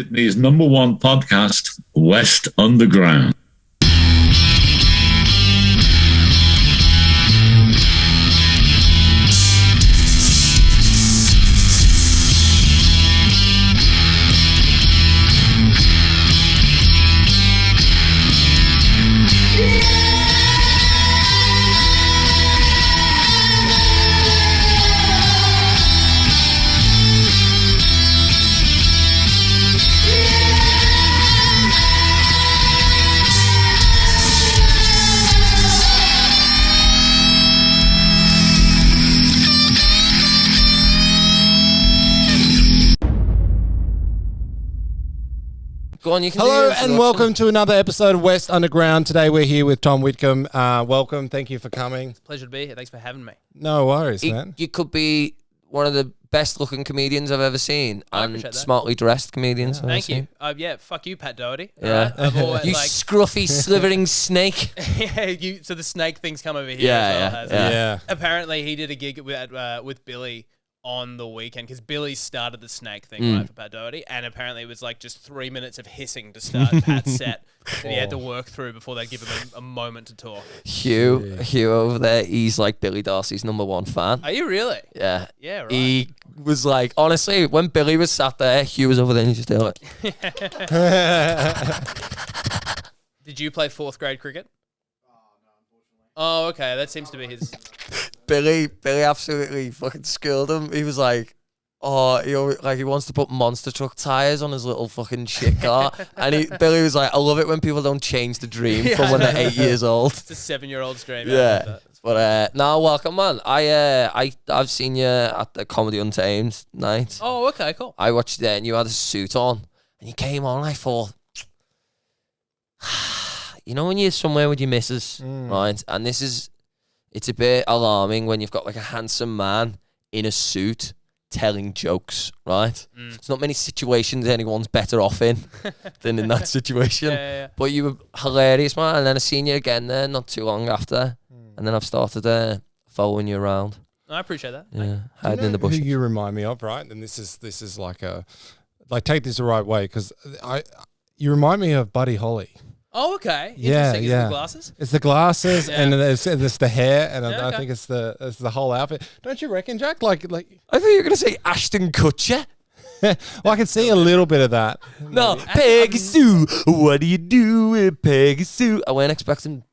Sydney's number one podcast, West Underground. Go on, you can do Hello your and introduction. welcome to another episode of West Underground. Today we're here with Tom Whitcomb. Uh, welcome. Thank you for coming. Pleasure to be here. Thanks for having me. No worries, You- man. You could be one of the best looking comedians I've ever seen and appreciate that. smartly dressed comedians. I've Thank ever you. Uh, yeah, fuck you, Pat Doherty. Yeah. Yeah. I've seen. always, You like, scruffy, slithering snake. yeah, you, so the snake thing's come over here. Yeah, as well, yeah, hasn't yeah. it? Yeah. Apparently, he did a gig with, uh, with Billy on the weekend because Billy started the snake thing Mm. right for Pat Doherty, and apparently it was like just three minutes of hissing to start Pat's set that he had to work through before they give him a, a moment to talk. Hugh, Hugh over there, he's like Billy Darcy's number one fan. Are you really? Yeah. Yeah, right. He was like, honestly, when Billy was sat there, Hugh was over there and he's just there like, Did you play fourth grade cricket? Oh, okay. That seems to be his. Billy, Billy absolutely fucking schooled him. He was like, oh, he always, like he wants to put monster truck tires on his little fucking shit car. and he, Billy was like, I love it when people don't change the dream from when they're eight years old. It's a seven-year-old's dream. I love Yeah. that. But uh, no, welcome man. I uh, I I've seen you at the Comedy Untamed night. Oh, okay, cool. I watched it and you had a suit on and you came on. I thought, you know, when you're somewhere with your missus, Mm. right? And this is, it's a bit alarming when you've got like a handsome man in a suit telling jokes, right? Mm. It's not many situations anyone's better off in than in that situation. Yeah, yeah, yeah. But you were hilarious, man. And then I seen you again there not too long after. Mm. And then I've started uh, following you around. I appreciate that. Yeah, hiding in know the bush. Who you remind me of, right? And this is this is like a like take this the right way because I you remind me of Buddy Holly. Oh, okay. Yeah, Interesting. Is it yeah. the glasses? It's the glasses Yeah. and it's, it's the hair and Yeah, I, okay. I think it's the it's the whole outfit. Don't you reckon, Jack? Like like I thought you were going to say Ashton Kutcher. well, I can see a little bit of that. No, Peggy Sue, what do you do with Peggy Sue? I weren't expecting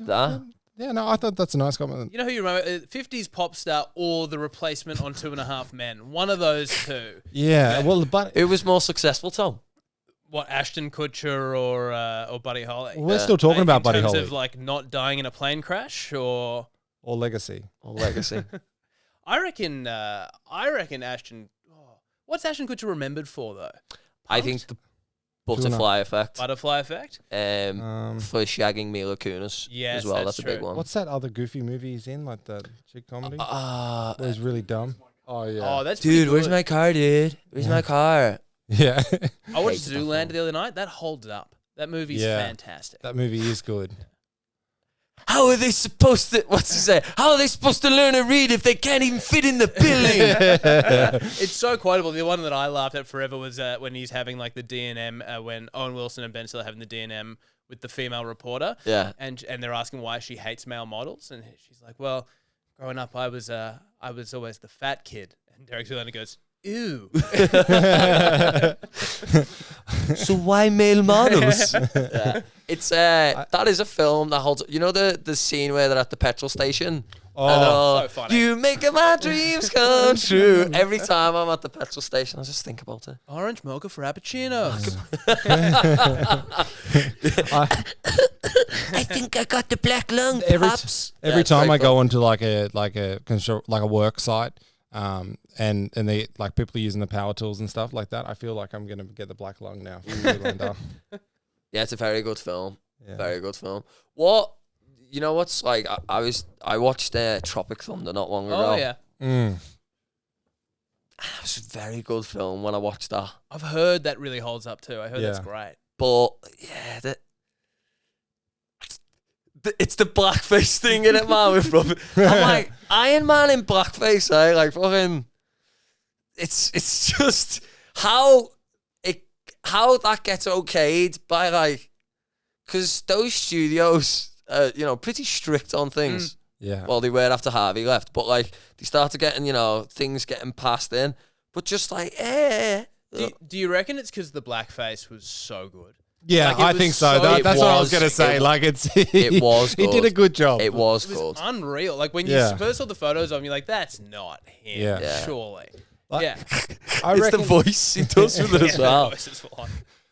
that. Yeah, no, I thought that's a nice comment. You know who you remember? Uh, 50s pop star or the replacement on Two and a Half Men. One of those two. Yeah, well, but Who was more successful, Tom? What, Ashton Kutcher or uh, or Buddy Holly? we're still talking In about Buddy terms Holly of like not dying in a plane crash or. or Legacy. Or Legacy? I reckon, uh, I reckon Ashton. Oh, what's Ashton Kutcher remembered for though? I think the and a- butterfly effect Butterfly Effect? um, Um, for shagging Mila Kunis Yes, as well. That's, that's a big true. one. What's that other goofy movie he's in, like the chick comedy? That Ah, was really dumb. Oh yeah, Oh, that's pretty dude, where's good. my car, dude? Where's my car? yeah. I watched Hate that Zoolander the other night. That holds up. That movie's Yeah. fantastic. that movie is good. How are they supposed to? What's he say? How are they supposed to learn and read if they can't even fit in the building? It's so quotable. The one that I laughed at forever was uh, when he's having like the DNM uh, when Owen Wilson and Ben Stiller are having the DNM with the female reporter. Yeah. and and they're asking why she hates male models, and she's like, "Well, growing up, I was uh, I was always the fat kid." And Derek Zoolander goes, "Ew." so why male models? yeah. It's uh, that is a film that holds. You know the the scene where they're at the petrol station. Oh. And they're all, so funny. You make my dreams come true. Every time I'm at the petrol station, I just think about it. Orange mocha frappuccino. I think I got the black lung, every t- pops. every time I go onto like a like a constru- like a work site, um, and and they like people are using the power tools and stuff like that, I feel like I'm gonna get the black lung now. from Zoolander. Yeah, it's a very good film. Yeah. Very good film. What you know? What's like? I, I was I watched uh, Tropic Thunder not long ago. oh yeah, Mm. that was a very good film when I watched that. I've heard that really holds up too. I heard that's Yeah. great. But yeah, the, the- it's the blackface thing in it, man. With Robin, I'm like Iron Man in blackface, eh? Like fucking, it's it's just how it how that gets okayed by like, because those studios are you know pretty strict on things. Yeah. Mm. Well, they were after Harvey left, but like they started getting you know things getting passed in, but just like eh. Do, do you reckon it's because the blackface was so good? yeah, like, it I was think so. so- That- it that's what I was was- gonna say. it- like it's it was he did a good. good job. It was It was good. unreal. Like when Yeah. you first saw the photos of him, you're like, that's not him, Yeah. Yeah. surely. Like- yeah. I it's the reckon. voice he does with it Yeah, as well. that voice is full on.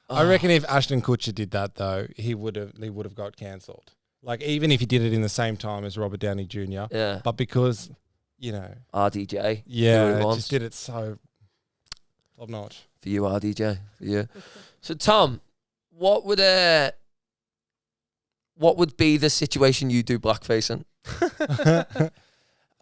I Oh. reckon if Ashton Kutcher did that though, he would have he would have got cancelled. Like even if he did it in the same time as Robert Downey Jr. Yeah, But because you know, RDJ. do what yeah, he it wants. just did it so top notch. for you, RDJ. For you. So, Tom, what would uh, what would be the situation you do blackface in?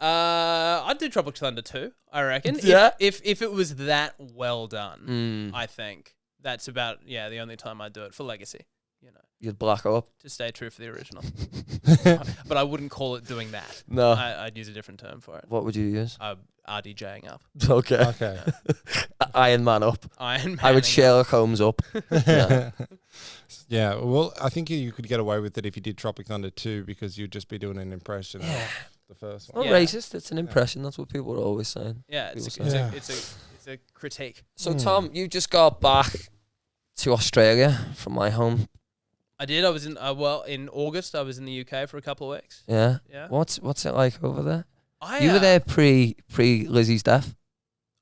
Uh, I'd do Tropic Thunder too. I reckon. If- Yeah. If, if it was that well done, Mm, I think that's about yeah the only time I'd do it for legacy. You know, you'd black up. to stay true for the original. but I wouldn't call it doing that. No. I, I'd use a different term for it. what would you use? Uh, RDJing up, Okay. okay. Iron Man up. Iron Man. I would Sherlock Holmes up. Yeah. Yeah, well, I think you could get away with it if you did Tropic Thunder 2 because you'd just be doing an impression Yeah. of the first one. Not Yeah. racist. It's an impression. That's what people are always saying. Yeah, it's a, People it's, say. A, it's a it's a critique. So, Hmm. Tom, you just got back to Australia from my home. I did. I was in uh, well in August. I was in the UK for a couple of weeks. Yeah. Yeah, What's what's it like over there? Uh, I You uh, were there pre pre Lizzie's death.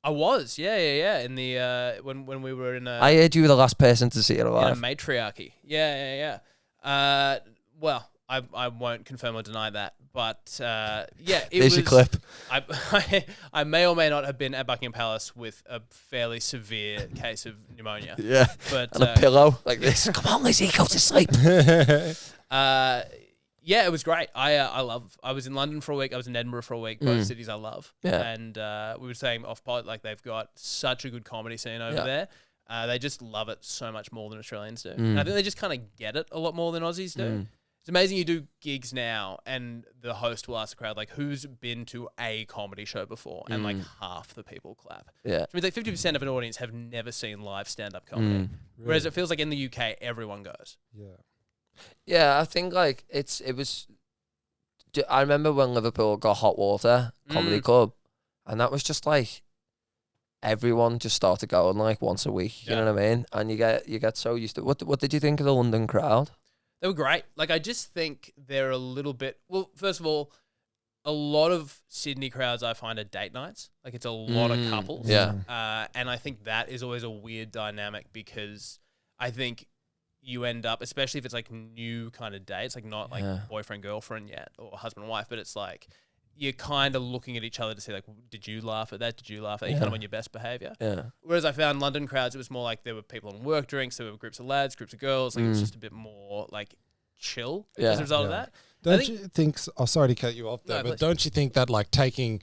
I was. Yeah, yeah, yeah. In the uh, when when we were in a I heard you were the last person to see it in a alive. matriarchy. Yeah, yeah, yeah. Uh, well, I I won't confirm or deny that, but uh, yeah, it There's was. your clip. I, I may or may not have been at Buckingham Palace with a fairly severe case of pneumonia, Yeah. but and a uh, pillow Mm, like this. Come on, Lizzie, go to sleep. uh, yeah, it was great. I uh, I love. I was in London for a week. I was in Edinburgh for a week. Both Mm. cities I love. Yeah. And uh, we were saying off pod like they've got such a good comedy scene over Yeah. there. Uh, they just love it so much more than Australians do. Mm. And I think they just kind of get it a lot more than Aussies do. Mm. It's amazing you do gigs now, and the host will ask the crowd like, "Who's been to a comedy show before?" And like Mm. half the people clap. Yeah. I mean, like fifty percent of an audience have never seen live stand-up comedy, Mm. whereas it feels like in the UK everyone goes. yeah. Yeah, I think like it's it was. d- I remember when Liverpool got hot water comedy Mm. club, and that was just like everyone just started going like once a week. You Yeah. know what I mean? And you get you get so used to. What what did you think of the London crowd? They were great. Like I just think they're a little bit. Well, first of all, a lot of Sydney crowds I find are date nights. Like it's a lot Mm, of couples. Yeah. Uh, and I think that is always a weird dynamic because I think you end up, especially if it's like new kind of dates, like not like Yeah. boyfriend girlfriend yet or husband wife, but it's like you're kind of looking at each other to see like, did you laugh at that? Did you laugh at that? You're kind Yeah. of on your best behavior. Yeah. Whereas I found London crowds, it was more like there were people on work drinks, there were groups of lads, groups of girls. Like it was Mm. just a bit more like chill Yeah. as a result of Yeah. that. Don't think- you think? s- Oh, sorry to cut you off there, No, but please. don't you think that like taking,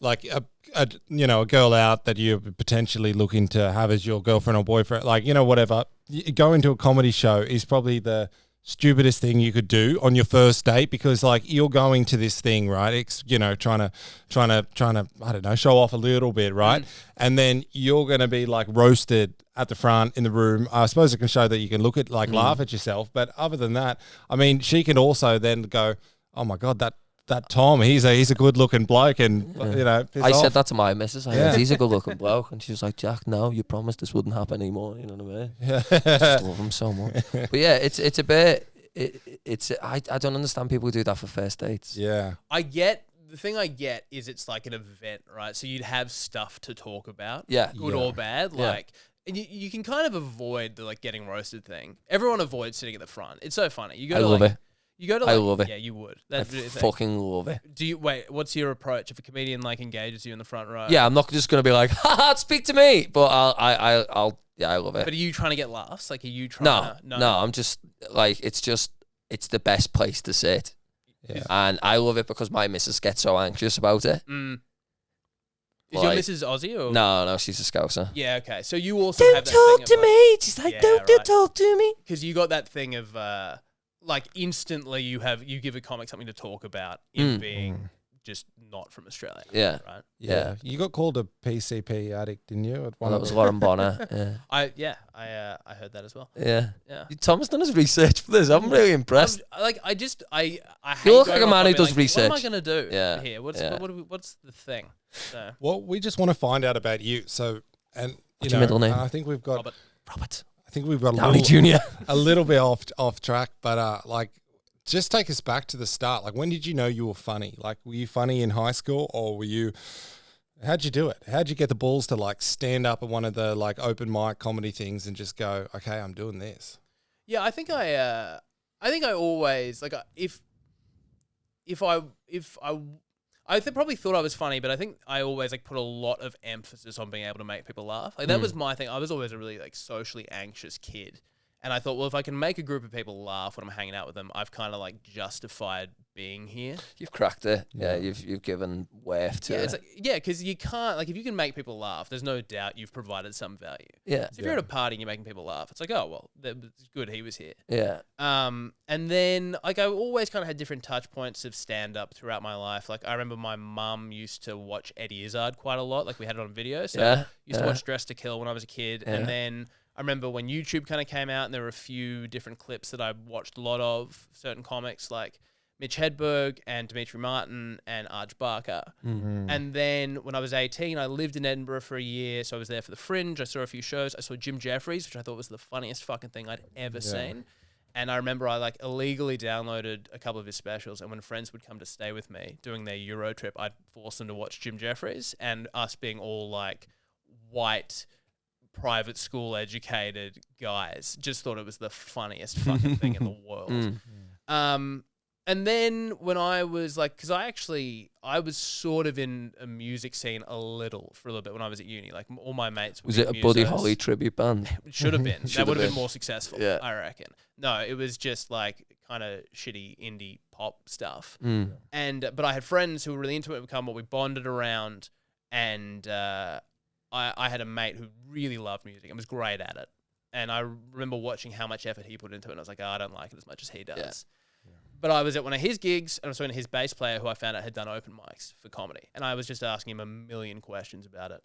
like a, a you know a girl out that you're potentially looking to have as your girlfriend or boyfriend, like you know whatever, y- going to a comedy show is probably the stupidest thing you could do on your first date because like you're going to this thing right it's you know trying to trying to trying to i don't know show off a little bit right and then you're going to be like roasted at the front in the room i suppose it can show that you can look at like laugh at yourself but other than that i mean she can also then go oh my god that that tom he's a he's a good looking bloke and you know piss I off. said that to my missus. I Yeah. said, he's a good looking bloke. And she was like, Jack, no, you promised this wouldn't happen anymore. You know what I mean? just love him so much. But yeah, it's it's a bit. It, it's I, I don't understand people who do that for first dates. yeah I get the thing I get is it's like an event, right? So you'd have stuff to talk about, Yeah. good Yeah. or bad. Yeah. Like, and you, you can kind of avoid the like getting roasted thing. Everyone avoids sitting at the front. It's so funny. You go I to love like, it. You go to I like, love it. Yeah, you would. I That's fucking love it. Do you wait? What's your approach if a comedian like engages you in the front row? Yeah, I'm not just gonna be like, ha ha, speak to me. But I'll I, I I'll yeah, I love But it. are you trying to get laughs? Like, are you trying? No, to, no, I'm just like it's just it's the best place to sit. Yeah. And I love it because my missus gets so anxious about it. Mm. Is Like- your Mrs. Aussie or No, no, she's a scouser. Yeah, okay. So you also Oh. have Don't that talk thing to me. She's like, Yeah, don't, right. don't talk to me. because you got that thing of uh, like instantly you have you give a comic something to talk about in Mm. being just not from Australia. Yeah. Right. Yeah. You got called a PCP addict, didn't you? At Well, one that of was the- Lauren Bonner. I yeah. I uh, I heard that as well. Yeah. Yeah. Yeah. Tom's done his research for this. I'm really impressed. I'm- uh, like I just I I hate You look like going a off man who on being does like, What research. am I gonna do Yeah, here? What's yeah. what, do we- what's the thing? So Well, we just want to find out about you. So, and you What's know, your middle name? I think we've got, Robert. Robert I think we've got a Downey little, Jr. a little bit off off track, but uh, like, just take us back to the start. Like, when did you know you were funny? Like, were you funny in high school, or were you? How'd you do it? How'd you get the balls to like stand up at one of the like open mic comedy things and just go, okay, I'm doing this? Yeah, I think I, uh, I think I always like I- if, if I if I, I th- probably thought I was funny, but I think I always like put a lot of emphasis on being able to make people laugh. Like that was my thing. I was always a really like socially anxious kid, and I thought, well, if I can make a group of people laugh when I'm hanging out with them, I've kind of like justified being here. You've cracked it. Yeah, you've you've given waif to Yeah, it. it's like, yeah, because you can't like if you can make people laugh, there's no doubt you've provided some value. yeah, So if you're at a party and you're making people laugh, it's like, oh well, that was good he was here. yeah. Um, and then like I always kind of had different touch points of stand up throughout my life. Like I remember my mum used to watch Eddie Izzard quite a lot. Like we had it on video. So Yeah, used yeah. to watch Dress to Kill when I was a kid. Yeah. And then I remember when YouTube kind of came out and there were a few different clips that I watched a lot of certain comics like Mitch Hedberg and Dimitri Martin and Arj Barker. Mm. And then when I was 18, I lived in Edinburgh for a year. So I was there for The Fringe. I saw a few shows. I saw Jim Jeffries, which I thought was the funniest fucking thing I'd ever seen. And I remember I like illegally downloaded a couple of his specials. And when friends would come to stay with me doing their Euro trip, I'd force them to watch Jim Jeffries. And us being all like white, private school educated guys just thought it was the funniest fucking thing in the world. Mm. Um, and then when I was like, because I actually I was sort of in a music scene a little for a little bit when I was at uni. Like m- all my mates were Was it a big Buddy musos. Holly tribute band? It should have been. Should have that would have been. been. more successful. Yeah. I reckon. No, it was just like kind of shitty indie pop stuff. Mm. And uh, but I had friends who were really into it. Become what we bonded around, and uh, I I had a mate who really loved music and was great at it. And I remember watching how much effort he put into it. And I was like, oh, I don't like it as much as he does. But I was at one of his gigs and I was talking to his bass player who I found out had done open mics for comedy. And I was just asking him a million questions about it.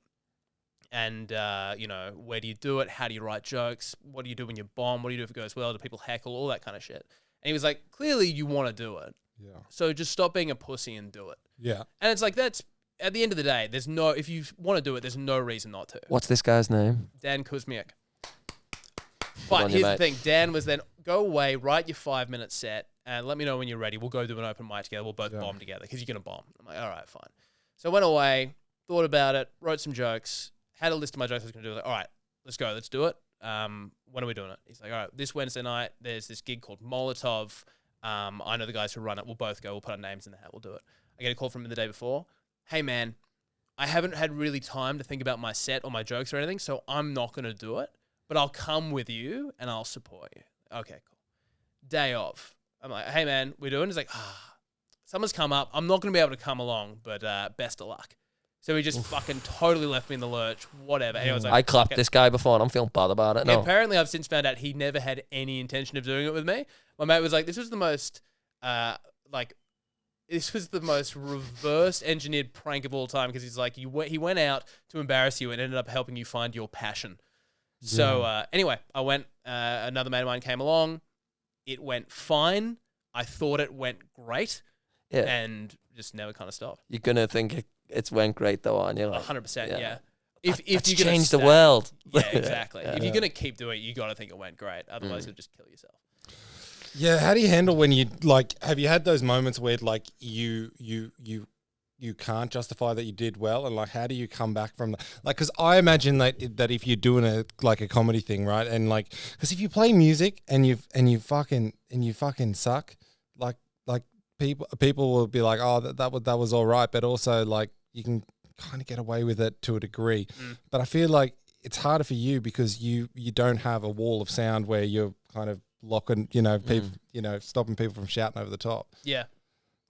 And, uh, you know, where do you do it? How do you write jokes? What do you do when you bomb? What do you do if it goes well? Do people heckle? All that kind of shit. And he was like, clearly you want to do it. Yeah, So just stop being a pussy and do it. yeah. And it's like, that's at the end of the day, there's no, if you want to do it, there's no reason not to. What's this guy's name? Dan Kuzmiak. on But you, here's the mate. thing Dan was then go away, write your five minute set, and let me know when you're ready. We'll go do an open mic together. We'll both Yeah. bomb together because you're going to bomb. I'm like, all right, fine. So I went away, thought about it, wrote some jokes, had a list of my jokes I was going to do. Like, all right, let's go, let's do it. Um, when are we doing it? He's like, all right, this Wednesday night, there's this gig called Molotov. Um, I know the guys who run it. We'll both go. We'll put our names in the hat. We'll do it. I get a call from him the day before. Hey, man, I haven't had really time to think about my set or my jokes or anything, so I'm not going to do it, but I'll come with you and I'll support you. Okay, cool. Day off. I'm like, hey, man, we're doing? He's like, ah, someone's come up. I'm not going to be able to come along, but uh, best of luck. So he just fucking totally left me in the lurch, whatever. And I was like, Mm. I clapped okay. this guy before, and I'm feeling bad about it. Yeah, No, Apparently, I've since found out he never had any intention of doing it with me. My mate was like, "This was the most, uh, like, this was the most reverse engineered prank of all time." Because he's like, "You went, he went out to embarrass you and ended up helping you find your passion." So uh, anyway, I went. Uh, another mate of mine came along. It went fine. I thought it went great, Yeah. and just never kind of stopped. you're gonna think it, it's went great though, aren't you? A Like, hundred percent, yeah. yeah. If that- if that's you're gonna changed the stay- world. yeah, exactly. Yeah. Mm. If you're gonna keep doing it, you got to think it went great. Otherwise, you'll just kill yourself. Yeah, how do you handle when you like? Have you had those moments where like you you you you can't justify that you did well, and like how do you come back from that? Like, because I imagine that that if you're doing a like a comedy thing, right, and like because if you play music and you and you fucking and you fucking suck, like like people people will be like, oh that that was that was all right, but also like you can kind of get away with it to a degree, but I feel like it's harder for you because you you don't have a wall of sound where you're kind of locking, you know, people, you know, stopping people from shouting over the top. Yeah.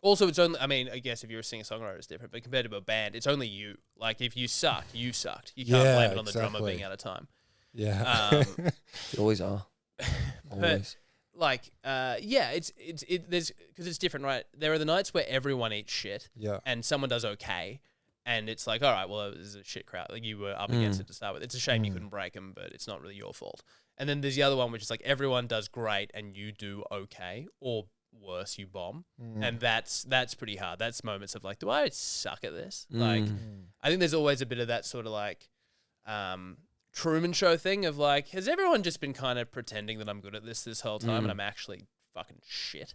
Also, it's only, I mean, I guess if you're a singer songwriter, it's different, but compared to a band, it's only you. Like, if you suck, you sucked. You can't Yeah, blame it on the drummer exactly. being out of time. Yeah. Um, They always are. but Always. like uh, yeah, it's it's it, there's because it's different, right? There are the nights where everyone eats shit, Yeah. and someone does okay, and it's like, all right, well, it was a shit crowd. Like you were up against it to start with. It's a shame you couldn't break them, but it's not really your fault. And then there's the other one, which is like everyone does great and you do okay, or worse, you bomb, Mm. and that's that's pretty hard. That's moments of like, do I suck at this? Mm. Like, Mm. I think there's always a bit of that sort of like. Um, Truman Show thing of like, has everyone just been kind of pretending that I'm good at this this whole time and I'm actually fucking shit?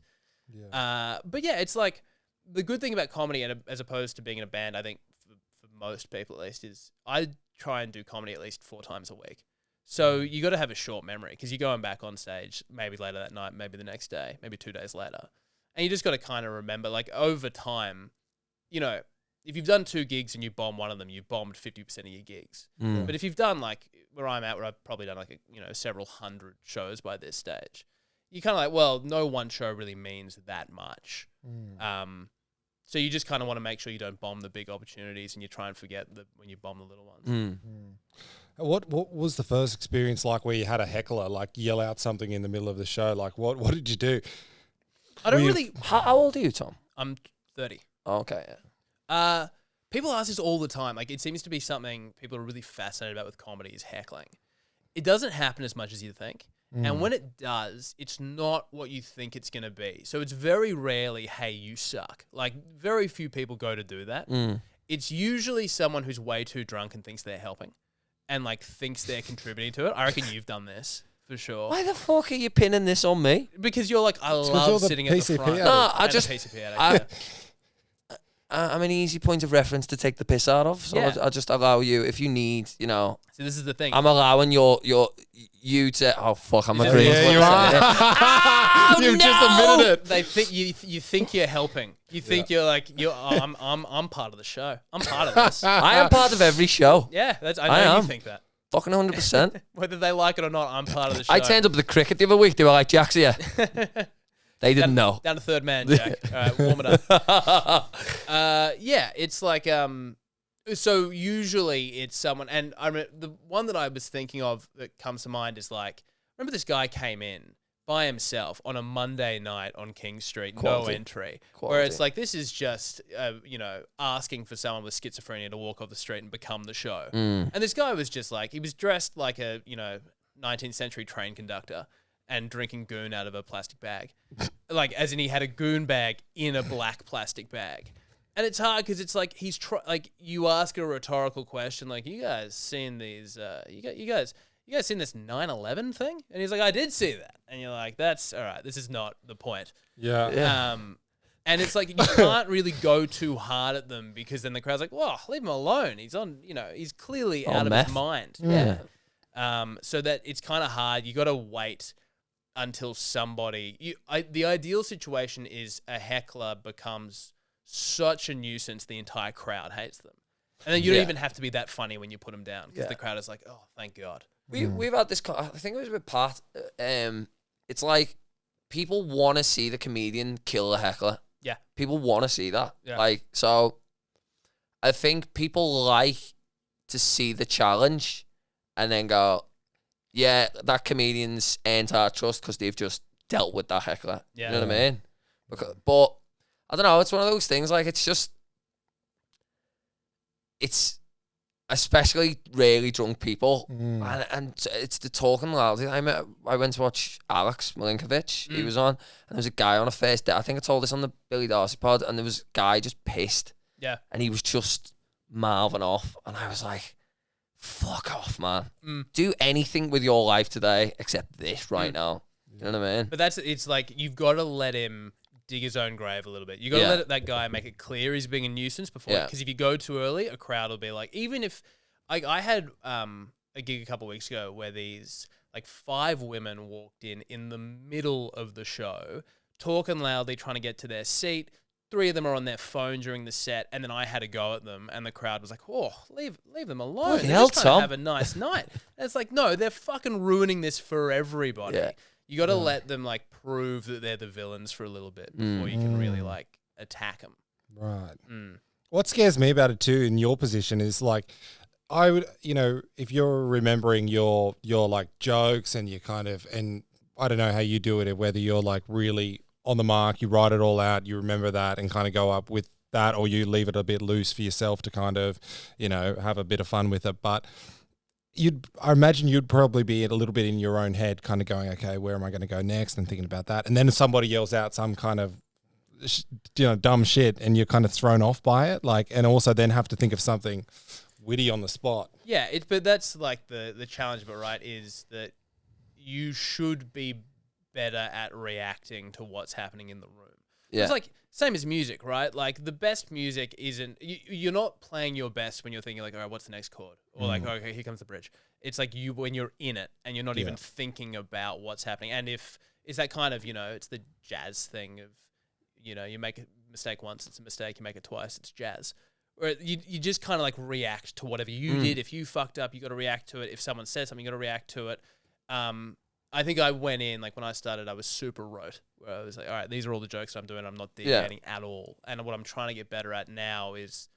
Uh, but yeah, it's like the good thing about comedy, and as opposed to being in a band, I think for, for most people at least, is I try and do comedy at least four times a week. So you got to have a short memory because you're going back on stage maybe later that night, maybe the next day, maybe two days later, and you just got to kind of remember like over time, you know. If you've done two gigs and you bomb one of them, you bombed fifty percent of your gigs. Hmm. mm, But if you've done like where I'm at, where I've probably done like a, you know several hundred shows by this stage, you kind of like, well, no one show really means that much. Mm. Um, so you just kind of want to make sure you don't bomb the big opportunities and you try and forget the, when you bomb the little ones. Hmm. mm. What what was the first experience like where you had a heckler like yell out something in the middle of the show? Like what what did you do? I don't Were you- really. How, how old are you, Tom? Oh, I'm 30. Okay. yeah. Uh, people ask this all the time. Like it seems to be something people are really fascinated about with comedy is heckling. It doesn't happen as much as you think. Mm. And when it does, it's not what you think it's going to be. So it's very rarely, hey, you suck. Like, very few people go to do that. Mm. It's usually someone who's way too drunk and thinks they're helping and, like, thinks they're contributing to it. I reckon you've done this for sure. Why the fuck are you pinning this on me? Because you're like, I 'cause you're love the sitting at the PCP front. addict. No, I And a just- PCP addict, I- yeah. I, I'm an easy point of reference to take the piss out of, so Yeah. I, I just allow you if you need, you know, So this is the thing. I'm allowing your your you to. Oh fuck, I'm You just- agreeing. with Yeah, what you I'm saying. You've just admitted it. They think you you think you're helping. You think you're like you're. Oh, I'm I'm I'm part of the show. I'm part of this. I am part of every show. yeah, that's, I know I you am. think that. Fucking 100. percent Whether they like it or not, I'm part of the show. I turned up at the cricket the other week. They were like, "Jack's here." they didn't know. down to third man, Jack. All right, warm it up. uh, yeah, it's like um. So usually it's someone, and I remember the one that I was thinking of that comes to mind is like, remember this guy came in by himself on a Monday night on King Street, no Quality. entry. Where Quality. it's like this is just uh, you know asking for someone with schizophrenia to walk off the street and become the show. And this guy was just like he was dressed like a you know 19th century train conductor and drinking goon out of a plastic bag, like as in he had a goon bag in a black plastic bag. And it's hard because it's like he's try- like you ask a rhetorical question like you guys seen these uh, you got you guys you guys seen this 9/11 thing and he's like I did see that and you're like that's all right this is not the point Yeah. um, and it's like you can't really go too hard at them because then the crowd's like, "Well, leave him alone. He's on, you know, he's clearly On out of Oh, meth. his mind." Yeah. Um, so that it's kind of hard. You got to wait until somebody. You, I, the ideal situation is a heckler becomes such a nuisance the entire crowd hates them, and then you Yeah. don't even have to be that funny when you put them down because Yeah. the crowd is like, "Oh, thank God." We we've had this. co- I think it was with Pat. uh, Um, it's like people want to see the comedian kill a heckler. Yeah. people want to see that. Yeah. Like so, I think people like to see the challenge, and then go, "Yeah, that comedian's earned our trust because they've just dealt with that heckler." Yeah. You know what I mean? Because, but I don't know. It's one of those things. Like it's just, it's especially really drunk people, Mm. and, and it's the talking loudly. I met, I went to watch Alex Milinkovic. Mm. He was on, and there was a guy on a first date. I think I told this on the Billy Darcy pod, and there was a guy just pissed, Yeah. and he was just mouthing off, and I was like. Fuck off, man. Mm. Do anything with your life today except this right now. You know what I mean? But that's it's like you've got to let him dig his own grave a little bit. You got to Yeah. let that guy make it clear he's being a nuisance before. Yeah. Because if you go too early, a crowd will be like, even if like I had um a gig a couple weeks ago where these like five women walked in in the middle of the show, talking loudly, trying to get to their seat. Three of them are on their phone during the set, and then I had a go at them, and the crowd was like, "Oh, leave leave them alone! Bloody They're hell, just trying to Tom." have a nice night." And it's like, no, they're fucking ruining this for everybody. Yeah. You got to let them like prove that they're the villains for a little bit before you can Mm. really like attack them. Right. Mm. What scares me about it too, in your position, is like, I would, you know, if you're remembering your your like jokes and you kind of and I don't know how you do it, whether you're like really on the mark, you write it all out, you remember that, and kind of go up with that, or you leave it a bit loose for yourself to kind of, you know, have a bit of fun with it. But you'd, I imagine you'd probably be a little bit in your own head, kind of going, okay, where am I going to go next, and thinking about that, and then if somebody yells out some kind of sh- you know dumb shit and you're kind of thrown off by it like and also then have to think of something witty on the spot Yeah, it, but that's like the the challenge. But right is that you should be better at reacting to what's happening in the room. Yeah. It's like same as music, right? Like the best music isn't you, you're not playing your best when you're thinking like, all right, what's the next chord, or like, Mm. okay, here comes the bridge. It's like you when you're in it and you're not even thinking about what's happening. And if it's that kind of you know, it's the jazz thing of you know, you make a mistake once, it's a mistake. You make it twice, it's jazz. Or you, you just kind of like react to whatever you Mm. did. If you fucked up, you got to react to it. If someone says something, you got to react to it. Um, I think I went in like when I started, I was super rote. Where I was like, all right, these are all the jokes I'm doing. I'm not deviating at all. And what I'm trying to get better at now is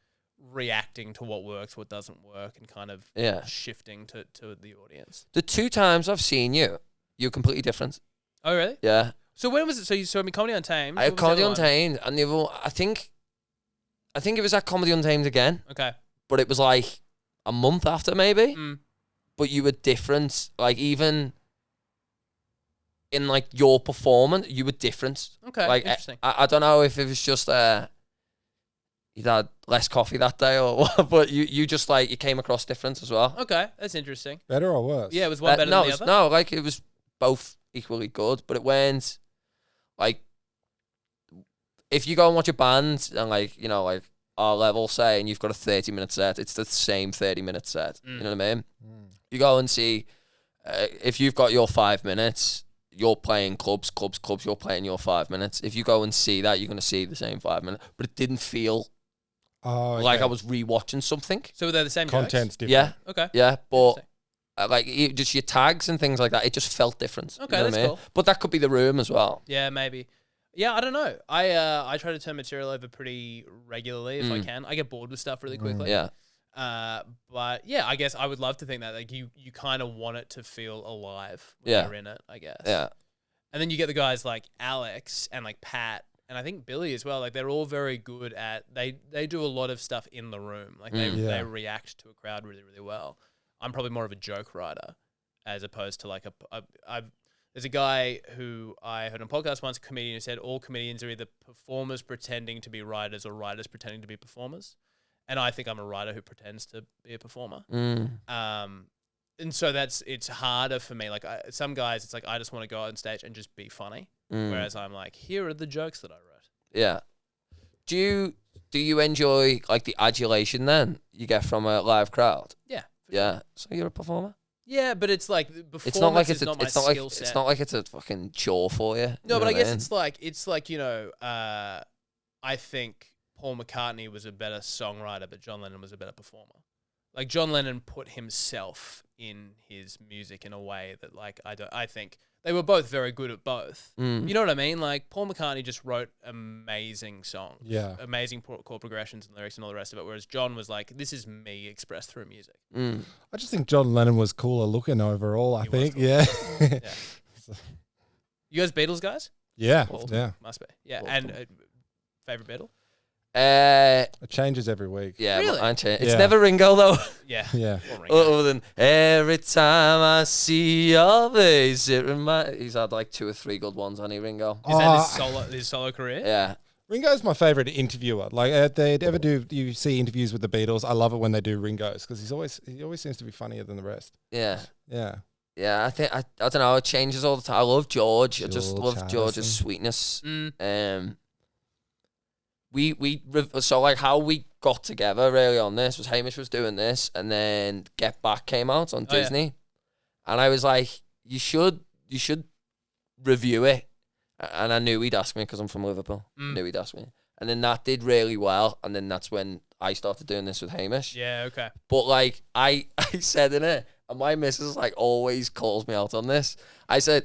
reacting to what works, what doesn't work, and kind of Yeah. shifting to, to the audience. The two times I've seen you, you're completely different. Oh really? Yeah. So when was it? So you saw me Comedy Untamed. I What had was the Comedy other one? Untamed, and the other, one- I think, I think it was at Comedy Untamed again, Okay. but it was like a month after maybe. Mm. But you were different, like even in like your performance, you were different. Okay. like I, Interesting. I, I don't know if it was just uh, you'd had less coffee that day or what, but you you just like you came across different as well. okay, that's interesting. better or worse Yeah, it was one Uh, better no, than it the was- other. no, like it was both equally good, but it went like if you go and watch a band and like you know like our level say and you've got a thirty minute set, it's the same thirty minute set. Mm. You know what I mean? Mm. You go and see uh, if you've got your five minutes. You're playing clubs, clubs, clubs. You're playing your five minutes. If you go and see that, you're going to see the same five minutes. But it didn't feel oh, okay. like I was rewatching something. So were they the same jokes? content's different Yeah, Okay. yeah. But Interesting. uh, like it, just your tags and things like that. It just felt different. Okay, what I that's mean? cool. But that could be the room as well. Yeah, maybe. Yeah, I don't know. I uh, I try to turn material over pretty regularly if I Mm. can. I get bored with stuff really quickly. Yeah, Uh, but yeah, I guess I would love to think that like you you kind of want it to feel alive when Yeah. you're in it. I guess. yeah, And then you get the guys like Alex and like Pat and I think Billy as well. Like they're all very good at they they do a lot of stuff in the room. Like they Mm. Yeah. they react to a crowd really really well. I'm probably more of a joke writer as opposed to like a, a I've there's a guy who I heard on a podcast once, a comedian who said all comedians are either performers pretending to be writers or writers pretending to be performers. And I think I'm a writer who pretends to be a performer mm. um and so that's it's harder for me like I, some guys it's like i just want to go on stage and just be funny Mm. whereas i'm like here are the jokes that i wrote yeah. Do you do you enjoy like the adulation then you get from a live crowd? yeah Yeah, so you're a performer. yeah but it's like before It's not like it's it's a, not my it's not like skill set it's not like it's a fucking chore for you. no you know but what i guess mean? it's like it's like you know uh i think paul mccartney was a better songwriter but john lennon was a better performer like john lennon put himself in his music in a way that like i don't i think they were both very good at both Mm. You know what I mean? Like Paul McCartney just wrote amazing songs, Yeah. amazing por- chord progressions and lyrics and all the rest of it. Whereas John was like, "This is me expressed through music." Mm. i just think john lennon was cooler looking overall i He was think cooler. yeah Yeah. You guys, Beatles guys, yeah Well, yeah must be, yeah. Well and uh, favorite Beatle, Uh, it changes every week yeah, Really? mine too. it's Yeah. never Ringo though. yeah. yeah Or Ringo. Other than every time I see your face, it reminds. He's had like two or three good ones, on he, Ringo? Is that Ah. his solo his solo career? Yeah. Ringo's my favorite interviewer. Like uh, they ever do, you see interviews with the Beatles. I love it when they do Ringo's because he's always he always seems to be funnier than the rest. Yeah. Yeah, Yeah, I think I, I don't know. It changes all the time. I love George. I just George love Harrison. George's sweetness. Mm, Um, we we rev- so like how we got together really on this was Hamish was doing this, and then Get Back came out on Oh, yeah. Disney, and I was like, you should you should review it, A- and I knew he'd ask me because I'm from Liverpool. I Mm. knew he'd ask me, and then that did really well, and then that's when I started doing this with Hamish. yeah. Okay. But like I, I said in it, and my missus like always calls me out on this. I said,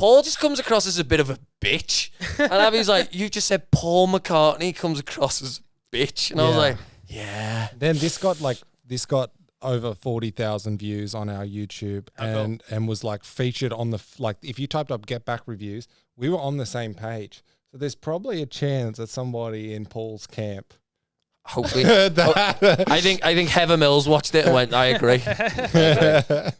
Paul just comes across as a bit of a bitch. And Abby's like, You just said Paul McCartney comes across as a bitch. And I was Yeah. like, Yeah. Then this got like this got over 40,000 views on our YouTube Oh, How cool. and and was like featured on the f- like if you typed up get back reviews, we were on the same page. So there's probably a chance that somebody in Paul's camp Hopefully, heard that. I think I think Heather Mills watched it and went, "I agree." Surely, and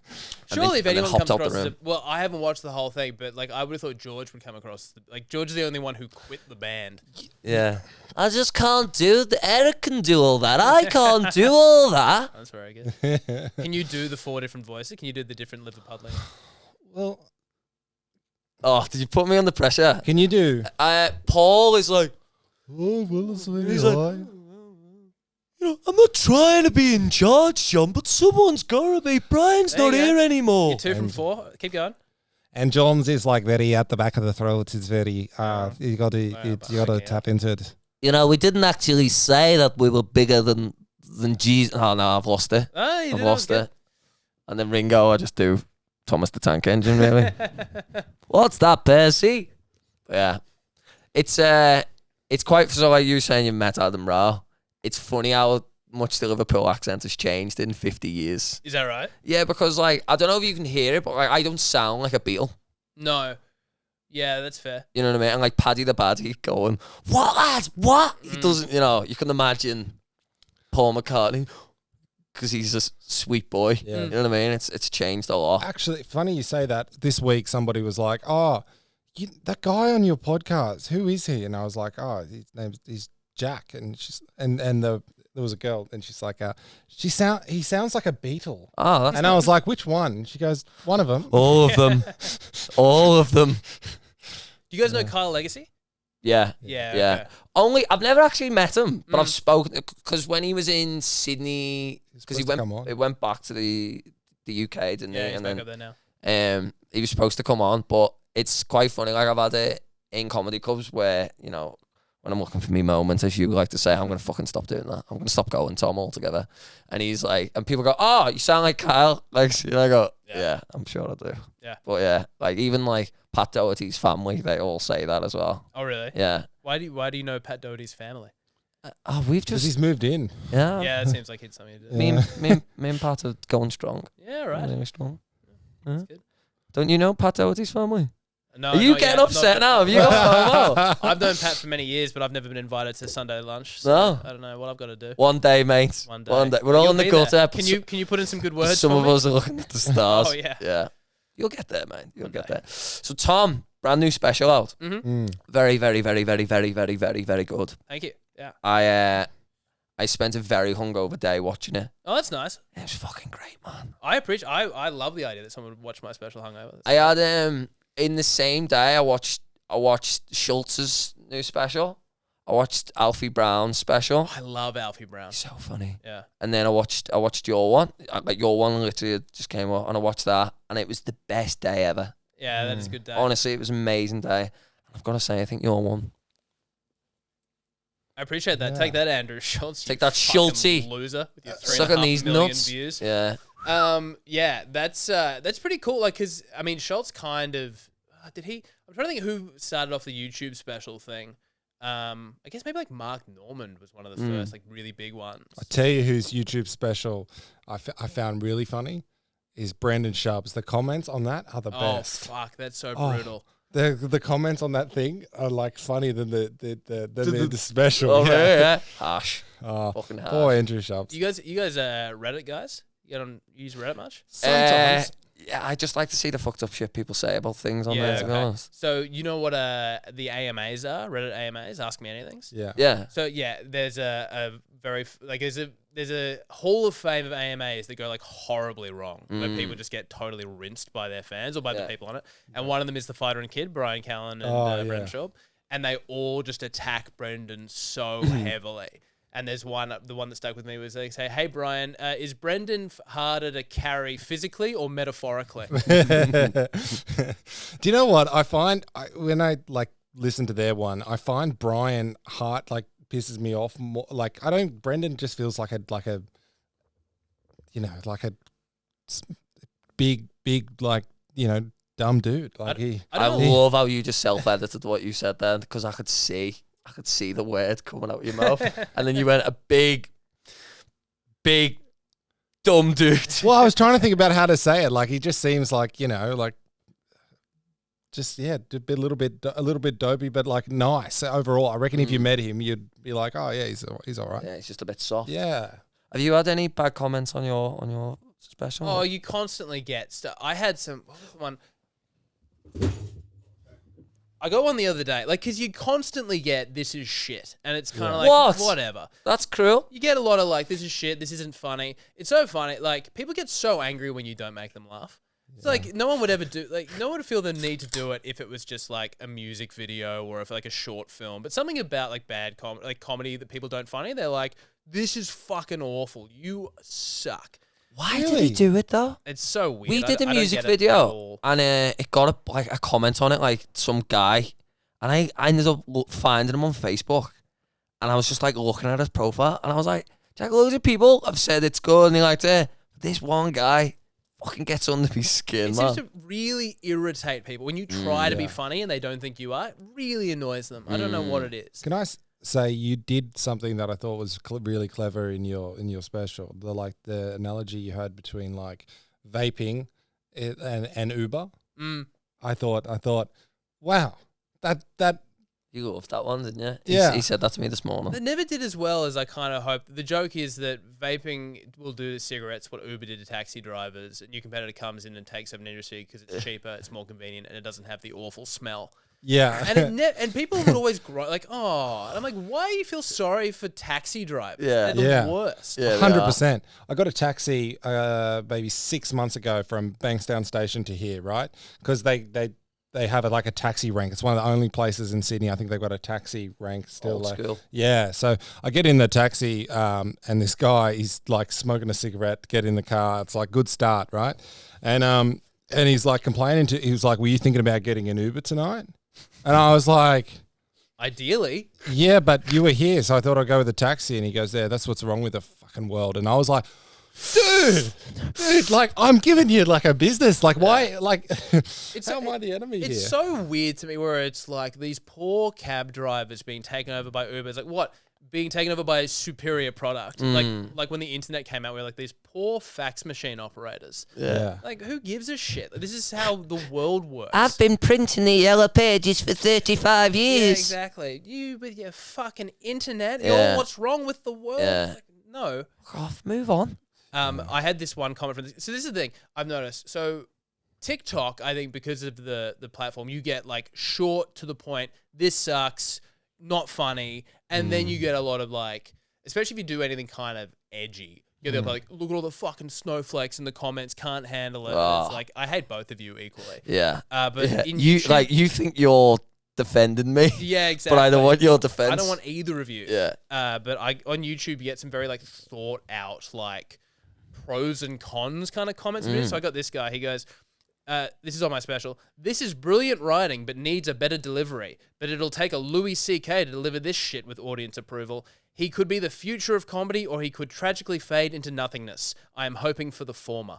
then if anyone hopped comes out the across, as a, room. well, I haven't watched the whole thing, but like I would have thought George would come across. as the- Like George is the only one who quit the band. Yeah. I just can't do. The, Eric can do all that. I can't do all that. That's where I guess. Can you do the four different voices? Can you do the different Liverpudlian? well, Oh, did you put me under pressure? can you do? Uh, Paul is like, Oh, Willis, He's like- you know, I'm not trying to be in charge, John, but someone's gotta be. Brian's There not you go. here anymore. You're two from four. Keep going. And John's is like very at the back of the throat. It's very uh, you got to you but got to okay. tap into it. You know, we didn't actually say that we were bigger than than Jesus. Oh no, I've lost it. Oh, I've you did, that was lost good. it. And then Ringo, I just do Thomas the Tank Engine, really. What's that, Percy? Yeah, it's uh, it's quite so like you saying you met Adam Rowe. It's funny how much the Liverpool accent has changed in 50 years. Is that right? Yeah, because like I don't know if you can hear it, but like I don't sound like a Beatle. No. Yeah, that's fair. You know what I mean? And like Paddy the Baddy going, what lads, what? He doesn't, you know. You can imagine Paul McCartney because he's a s- sweet boy. Yeah. You know what I mean? It's it's changed a lot. Actually, funny you say that. This week, somebody was like, "Oh, you, that guy on your podcast, who is he?" And I was like, "Oh, his name's he's Jack." And she's and and the there was a girl, and she's like, uh, "She sound he sounds like a beetle." Oh, that's And I was like, "Which one?" And she goes, "One of them." all of them, all of them. Do you guys know Kyle Legacy? Yeah. Yeah. Yeah. okay. Only I've never actually met him, but Mm. Hmm. I've spoken because when he was in Sydney, because he supposed to went, come on. it went back to the the UK, didn't Yeah, he? he's And back up then there now. um, he was supposed to come on, but it's quite funny. Like I've had it in comedy clubs where you know when I'm looking for me moments, as you like to say, I'm gonna fucking stop doing that. I'm gonna stop going Tom altogether. And he's like, and people go, "Oh, you sound like Kyle." Like, and I go, Yeah. yeah. I'm sure I do." Yeah. But yeah, like even like Pat Doherty's family, they all say that as well. Oh, really? Yeah. Why do you, Why do you know Pat Doherty's family? Oh, we've Because just he's moved in. yeah. Yeah, it seems like he'd something to do. Oh. Me, and, me, and, me and Pat are going strong. Yeah, right. Really strong. That's Yeah. good. Don't you know Pat Doherty's family? No, are you not yet, getting not upset yet. now? Have you got FOMO? oh. I've known Pat for many years, but I've never been invited to Sunday lunch. So No. I don't know what I've got to do. One day, mate. One day. One day. We're all You'll in the be gutter. there. but Can s- you Can you put in some good but words? Some for of me? us are looking at the stars. Oh yeah. Yeah. You'll get there, mate. You'll One get day. there. So Tom, brand new special out. Mm. Very, very, very, very, very, very, very, very good. Thank you. Yeah. I uh, I spent a very hungover day watching it. Oh, that's nice. It was fucking great, man. I appreciate. I I love the idea that someone would watch my special hungover. I had um in the same day I watched I watched Schultz's new special. I watched Alfie Brown's special. Oh, I love Alfie Brown. So funny. Yeah. And then I watched I watched your one. I- Like your one literally just came up and I watched that and it was the best day ever. Yeah, that is a good day. Honestly, it was an amazing day. I've got to say, I think your one. I appreciate that. Yeah. Take that, Andrew Schultz. you Take that, fucking Schulte. loser. With your three and a Sucking half these million nuts. views. Yeah. Um, yeah, that's uh, that's pretty cool. Like, cause I mean, Schultz kind of uh, did he? I'm trying to think who started off the YouTube special thing. Um, I guess maybe like Mark Norman was one of the Mm. first like really big ones. I tell you whose YouTube special I f- I found really funny is Brandon Sharp's. The comments on that are the Oh best. fuck, that's so Oh. brutal. The the comments on that thing are like funny than the the the, than the, the special. Oh, yeah. yeah. yeah. Harsh. Oh, Fucking harsh. poor Andrew Sharps. You guys, you guys, uh, Reddit guys, you get on you use Reddit much? Sometimes. Uh, yeah, I just like to see the fucked up shit people say about things on there, Yeah. to be okay. honest. So you know what uh the AMAs are? Reddit AMAs. Ask me anything's. yeah. Yeah. So yeah, there's a, a very f- like there's a there's a hall of fame of AMAs that go like horribly wrong, where people just get totally rinsed by their fans or by the Yeah. people on it. And one of them is the fighter and kid, Brian Callan and Oh, uh, yeah. Brendan Schaub, and they all just attack Brendan so heavily. And there's one, the one that stuck with me was they say, "Hey Brian, uh, is Brendan f- harder to carry physically or metaphorically?" Do you know what I find I, when I like listen to their one? I find Brian Hart like pisses me off more. Like I don't. Brendan just feels like a like a, you know, like a s- big big like you know dumb dude. Like he. I, don't know. love how you just self-edited what you said then, because I could see, I could see the word coming out of your mouth, and then you went a big, big dumb dude. Well, I was trying to think about how to say it. Like he just seems like you know, like just yeah, a bit- little bit, a little bit dopey, but like nice overall. I reckon if Mm. you met him, you'd be like, oh yeah, he's he's all right. Yeah, it's just a bit soft. Yeah, Have you had any bad comments on your on your special? Oh, you constantly get stuff. I had some. What was the one? I got one the other day, like, because you constantly get this is shit, and it's kind of like What? whatever. that's cruel. You get a lot of like, this is shit, this isn't funny. It's so funny. Like, people get so angry when you don't make them laugh. It's like no one would ever do like no one would feel the need to do it if it was just like a music video or if like a short film. But something about like bad com- like comedy that people don't funny, they're like, This is fucking awful. You suck. Why did Really? he do it though? It's so weird. We I- did I a don't music get it at video all. and uh, it got a, like a comment on it, like some guy, and I, I ended up lo- finding him on Facebook, and I was just like looking at his profile, and I was like, Jack, loads of people have said it's good, and they liked it. But this one guy fucking gets under my skin, It man. seems to really irritate people when you Mm, try to be yeah. funny and they don't think you are. It really annoys them. I don't know what Mm. it is. Can I s- say you did something that I thought was cl- really clever in your in your special? The like the analogy you had between like vaping i- and and Uber. Mm. I thought I thought, wow, that that you loved that one, didn't you? He, Yeah. he said that to me this morning. They never did as well as I kind of hoped. The joke is that vaping will do to cigarettes what Uber did to taxi drivers. A new competitor comes in and takes over an industry because Eh. it's cheaper, it's more convenient, and it doesn't have the awful smell. yeah. And it ne- and people would always grow like, oh, and I'm like, why do you feel sorry for taxi drivers? Yeah. They're the Yeah. worst. Yeah, they Hundred are. percent. I got a taxi uh, maybe six months ago from Bankstown Station to here, right? Because they they they have a, like a taxi rank. It's one of the only places in Sydney I think they've got a taxi rank still. Old like- school. Yeah. So I get in the taxi, um, and this guy is like smoking a cigarette. Get in the car. It's like good start, right? And um, and he's like complaining to. He was like, "Were you thinking about getting an Uber tonight?" And I was like. Ideally, Yeah, but you were here, so I thought I'd go with a taxi. And he goes, "There, that's what's wrong with the fucking world." And I was like, "Dude, dude, like I'm giving you like a business. Like why? Like it's how am I the enemy It's here?" so weird to me where it's like these poor cab drivers being taken over by Uber. It's like what? Being taken over by a superior product. Mm. Like like when the internet came out, we are like these poor fax machine operators. yeah. Like who gives a shit? Like, this is how the world works. I've been printing the yellow pages for 35 yeah, years. exactly. You with your fucking internet. Yeah. You're what's wrong with the world? Yeah. Like, no. Fuck off, move on. Um, Mm. I had this one comment from this. So this is the thing I've noticed. So TikTok, I think because of the the platform, you get like short to the point. This sucks, not funny, and then Mm. you get a lot of like, especially if you do anything kind of edgy. You Mm. get like, look at all the fucking snowflakes in the comments, can't handle it. And Ah. It's like I hate both of you equally. Yeah. Uh, but Yeah, in you YouTube- like you think you're defending me, yeah, exactly. but I don't want your defense. I don't want either of you. Yeah. Uh, but I on YouTube you get some very like thought out like pros and cons kind of comments. So I Mm. got this guy. He goes, uh, "This is on my special. This is brilliant writing, but needs a better delivery. But it'll take a Louis C.K. to deliver this shit with audience approval." He could be the future of comedy, or he could tragically fade into nothingness. I am hoping for the former.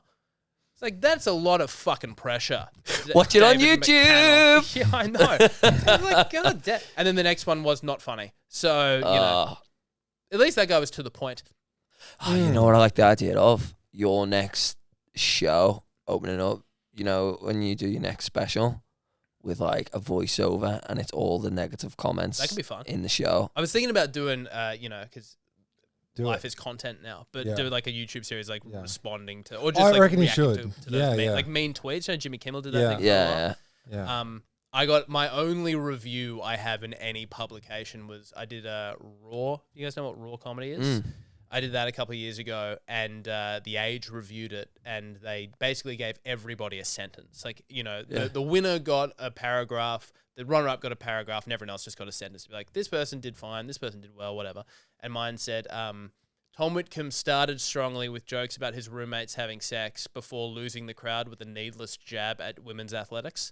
It's like that's a lot of fucking pressure. Watch it on McCannell. Yeah, I know. It's like, God da- And then the next one was not funny. So you know, Ah. at least that guy was to the point. Oh, you know what I like the idea of your next show opening up. You know when you do your next special with like a voiceover and it's all the negative comments That could be fun. in the show. I was thinking about doing, uh, you know, because Do life it. is content now, but Yeah. do like a YouTube series, like Yeah. responding to, or just I like reckon you reacting should. To, to those Yeah, mean, yeah. like mean tweets. You know, Jimmy Kimmel did that. Yeah. Thing for a while. Yeah, yeah. Um, I got my only review I have in any publication was I did a Raw. You guys know what Raw comedy is? I did that a couple of years ago, and uh, The Age reviewed it, and they basically gave everybody a sentence. Like, you know, Yeah. the, the winner got a paragraph, the runner up got a paragraph, and everyone else just got a sentence. To be like, this person did fine, this person did well, whatever. And mine said, um, Tom Whitcomb started strongly with jokes about his roommates having sex before losing the crowd with a needless jab at women's athletics.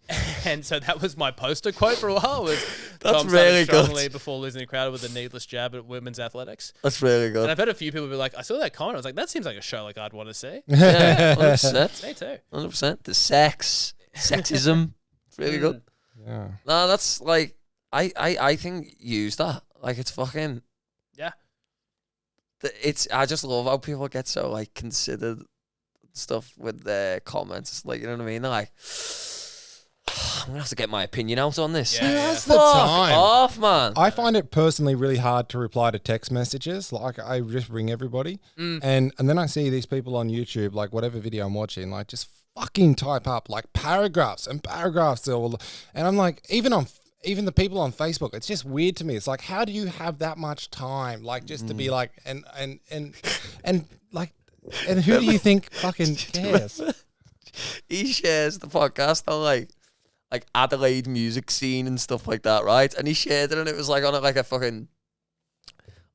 and so that was my poster quote for a while. Was That's Tom started really good. strongly before losing the crowd with a needless jab at women's athletics. that's really And good. I've had a few people be like, I saw that comment. I was like, that seems like a show like I'd want to see. Yeah, hundred percent, Me too. hundred percent. The sex, sexism, it's really good. yeah. No, that's like I, I I think use that. Like it's fucking Yeah. th- it's I just love how people get so like considered stuff with their comments. It's like you know what I mean? They're like, I'm gonna have to get my opinion out on this. Yeah, yeah. That's the Fuck time. off, man. I find it personally really hard to reply to text messages. Like I just ring everybody, Mm. and and then I see these people on YouTube, like whatever video I'm watching, like just fucking type up like paragraphs and paragraphs, all, and I'm like, even on even the people on Facebook, it's just weird to me. It's like, how do you have that much time, like just to be like, and and and and like, and who do you think fucking cares? he shares the podcast on like like Adelaide music scene and stuff like that, right? And he shared it, and it was like on a, like a fucking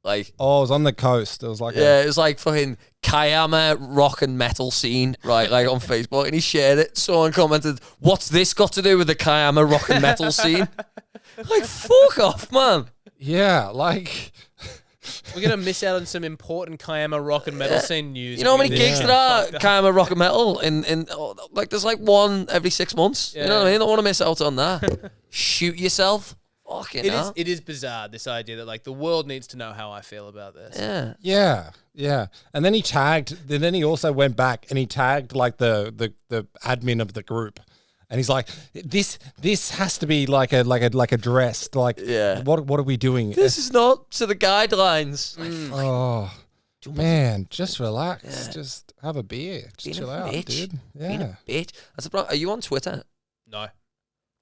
like Oh, it was on the coast. It was like, yeah, it was like fucking Kayama rock and metal scene, right? Like on Facebook, and he shared it. Someone commented, "What's this got to do with the Kayama rock and metal scene?" like fuck off, man. a, yeah, like. We're gonna miss out on some important Kiama rock and metal scene news. You know how many if we gigs do there that. are Kayama rock and metal in in oh, like there's like one every six months. You know what I mean? I don't want to miss out on that. Shoot yourself, fucking It hell. is it is bizarre this idea that like the world needs to know how I feel about this. Yeah. Yeah, yeah. And then he tagged. And then he also went back and he tagged like the the the admin of the group. And he's like, this this has to be like a like a like a dress. Like, Yeah. What what are we doing? This is not to the guidelines. Like, fuck, oh man, just relax. Just have a beer. Just Being a chill out, bitch. dude. being Yeah. a bitch. That's the problem. Are you on Twitter? No.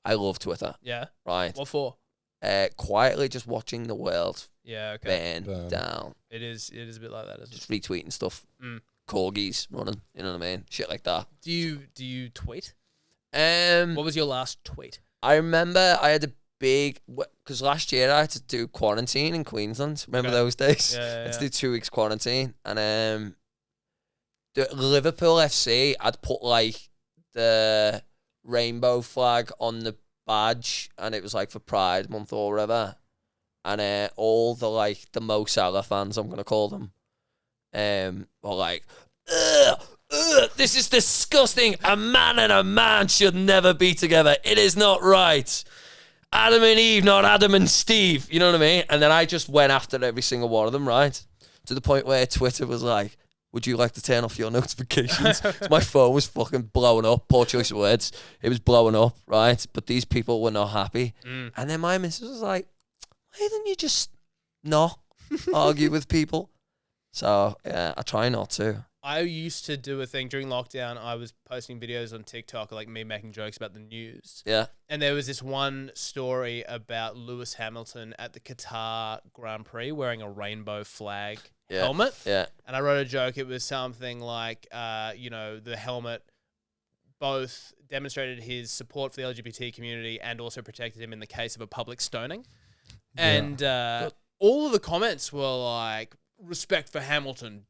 I love Twitter. Yeah. Right. What for? Uh, quietly just watching the world Yeah. Okay. burn Burn. down. It is. It is a bit like that. Isn't it? Just retweeting stuff. Mm. Corgis running. You know what I mean? Shit like that. Do you do you tweet? Um, What was your last tweet? I remember I had a big because last year I had to do quarantine in Queensland. Remember Okay. those days? Yeah, yeah, I had to yeah. do two weeks quarantine, and um, the Liverpool FC. I'd put like the rainbow flag on the badge, and it was like for Pride Month or whatever. And uh, all the like the Mo Salah fans, I'm gonna call them, um, were like, Ugh, ugh, this is disgusting. A man and a man should never be together. It is not right. Adam and Eve, not Adam and Steve. You know what I mean? And then I just went after every single one of them, right? To the point where Twitter was like, would you like to turn off your notifications? 'Cause my phone was fucking blowing up. Poor choice of words. It was blowing up, right? But these people were not happy. Mm. And then my missus was like, why didn't you just not argue with people? So, yeah, I try not to. I used to do a thing during lockdown. I was posting videos on TikTok, like me making jokes about the news. Yeah. And there was this one story about Lewis Hamilton at the Qatar Grand Prix wearing a rainbow flag Yeah. helmet. Yeah. And I wrote a joke. It was something like, uh, you know, the helmet both demonstrated his support for the LGBT community and also protected him in the case of a public stoning. And uh, all of the comments were like, respect for Hamilton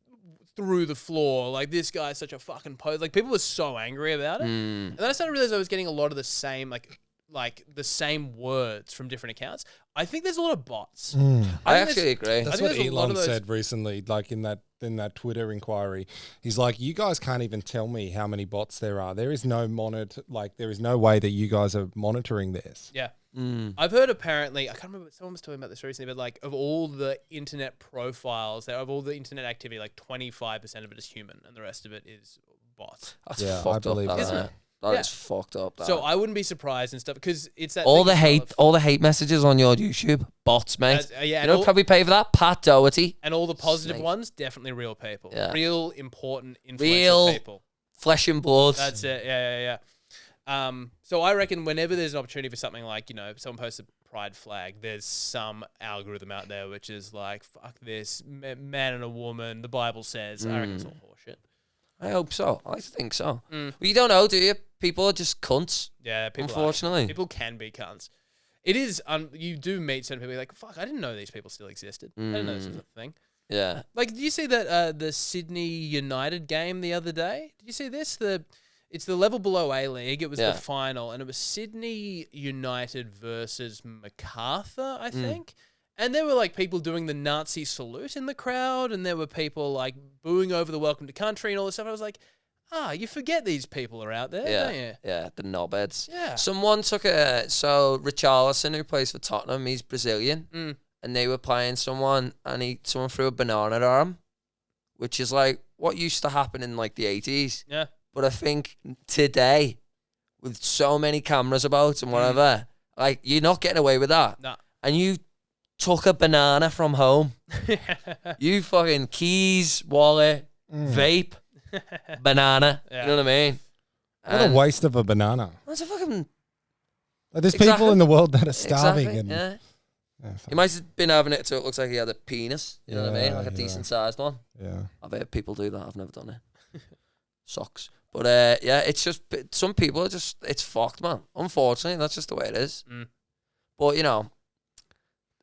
through the floor. Like, this guy's such a fucking pose. Like, people were so angry about it. Mm. And then I started to realize I was getting a lot of the same, like, like the same words from different accounts. I think there's a lot of bots. Hmm. I, think there's- actually agree. I That's think what there's a lot Elon of those- said recently, like in that in that Twitter inquiry. He's like, you guys can't even tell me how many bots there are. There is no monitor, like there is no way that you guys are monitoring this. Yeah. Mm. I've heard apparently, I can't remember, someone was talking about this recently, but like of all the internet profiles, that- of all the internet activity, like 25% of it is human and the rest of it is bots. That's Yeah, I fucked up. believe That, that. isn't Isn't it? it? That Yeah. is fucked up. That. So I wouldn't be surprised and stuff because it's that. all thing the as well hate, of- all the hate messages on your YouTube bots, mate. As- uh, yeah, you and know, all- probably pay for that. Pat Doherty, and all the positive Snake. ones, definitely real people. Yeah. Real, important, influential Real- people. flesh and blood. That's it. Yeah, yeah, yeah. Um, so I reckon whenever there's an opportunity for something like, you know, if someone posts a pride flag, there's some algorithm out there which is like, fuck this, ma- man and a woman, the Bible says. I reckon it's all horseshit. I hope so. I think so. Mm. Well, you don't know, do you? People are just cunts. Yeah, people are. Unfortunately. people can be cunts. It is, un- you do meet certain people, you're like, fuck, I didn't know these people still existed. I didn't know this was a thing. Yeah. Like, do you see that uh, the Sydney United game the other day? Did you see this? The it's the level below A League. It was Yeah. the final, and it was Sydney United versus Macarthur, Mm. I think. And there were like people doing the Nazi salute in the crowd, and there were people like booing over the welcome to country and all this stuff. I was like, ah, you forget these people are out there, Yeah, don't you? yeah, the knobheads. Yeah. Someone took a so Richarlison, who plays for Tottenham, he's Brazilian, Mm. and they were playing someone, and he someone threw a banana at him, which is like what used to happen in like the 80s. Yeah. But I think today, with so many cameras about and whatever, like you're not getting away with that. Mm. Nah. And you took a banana from home. you fucking keys, wallet, vape, banana. Mm. Yeah. You know what I mean? What And a waste of a banana. that's a fucking Like, there's Exactly. people in the world that are starving. Exactly, and, yeah. yeah, fuck, He might have been having it so it looks like he had a penis. You know what I mean? Yeah, Like a yeah. decent sized one. yeah. I've heard people do that. I've never done it. Socks. But uh, yeah, it's just but some people are just it's fucked, man. Unfortunately, that's just the way it is. Mm. But you know,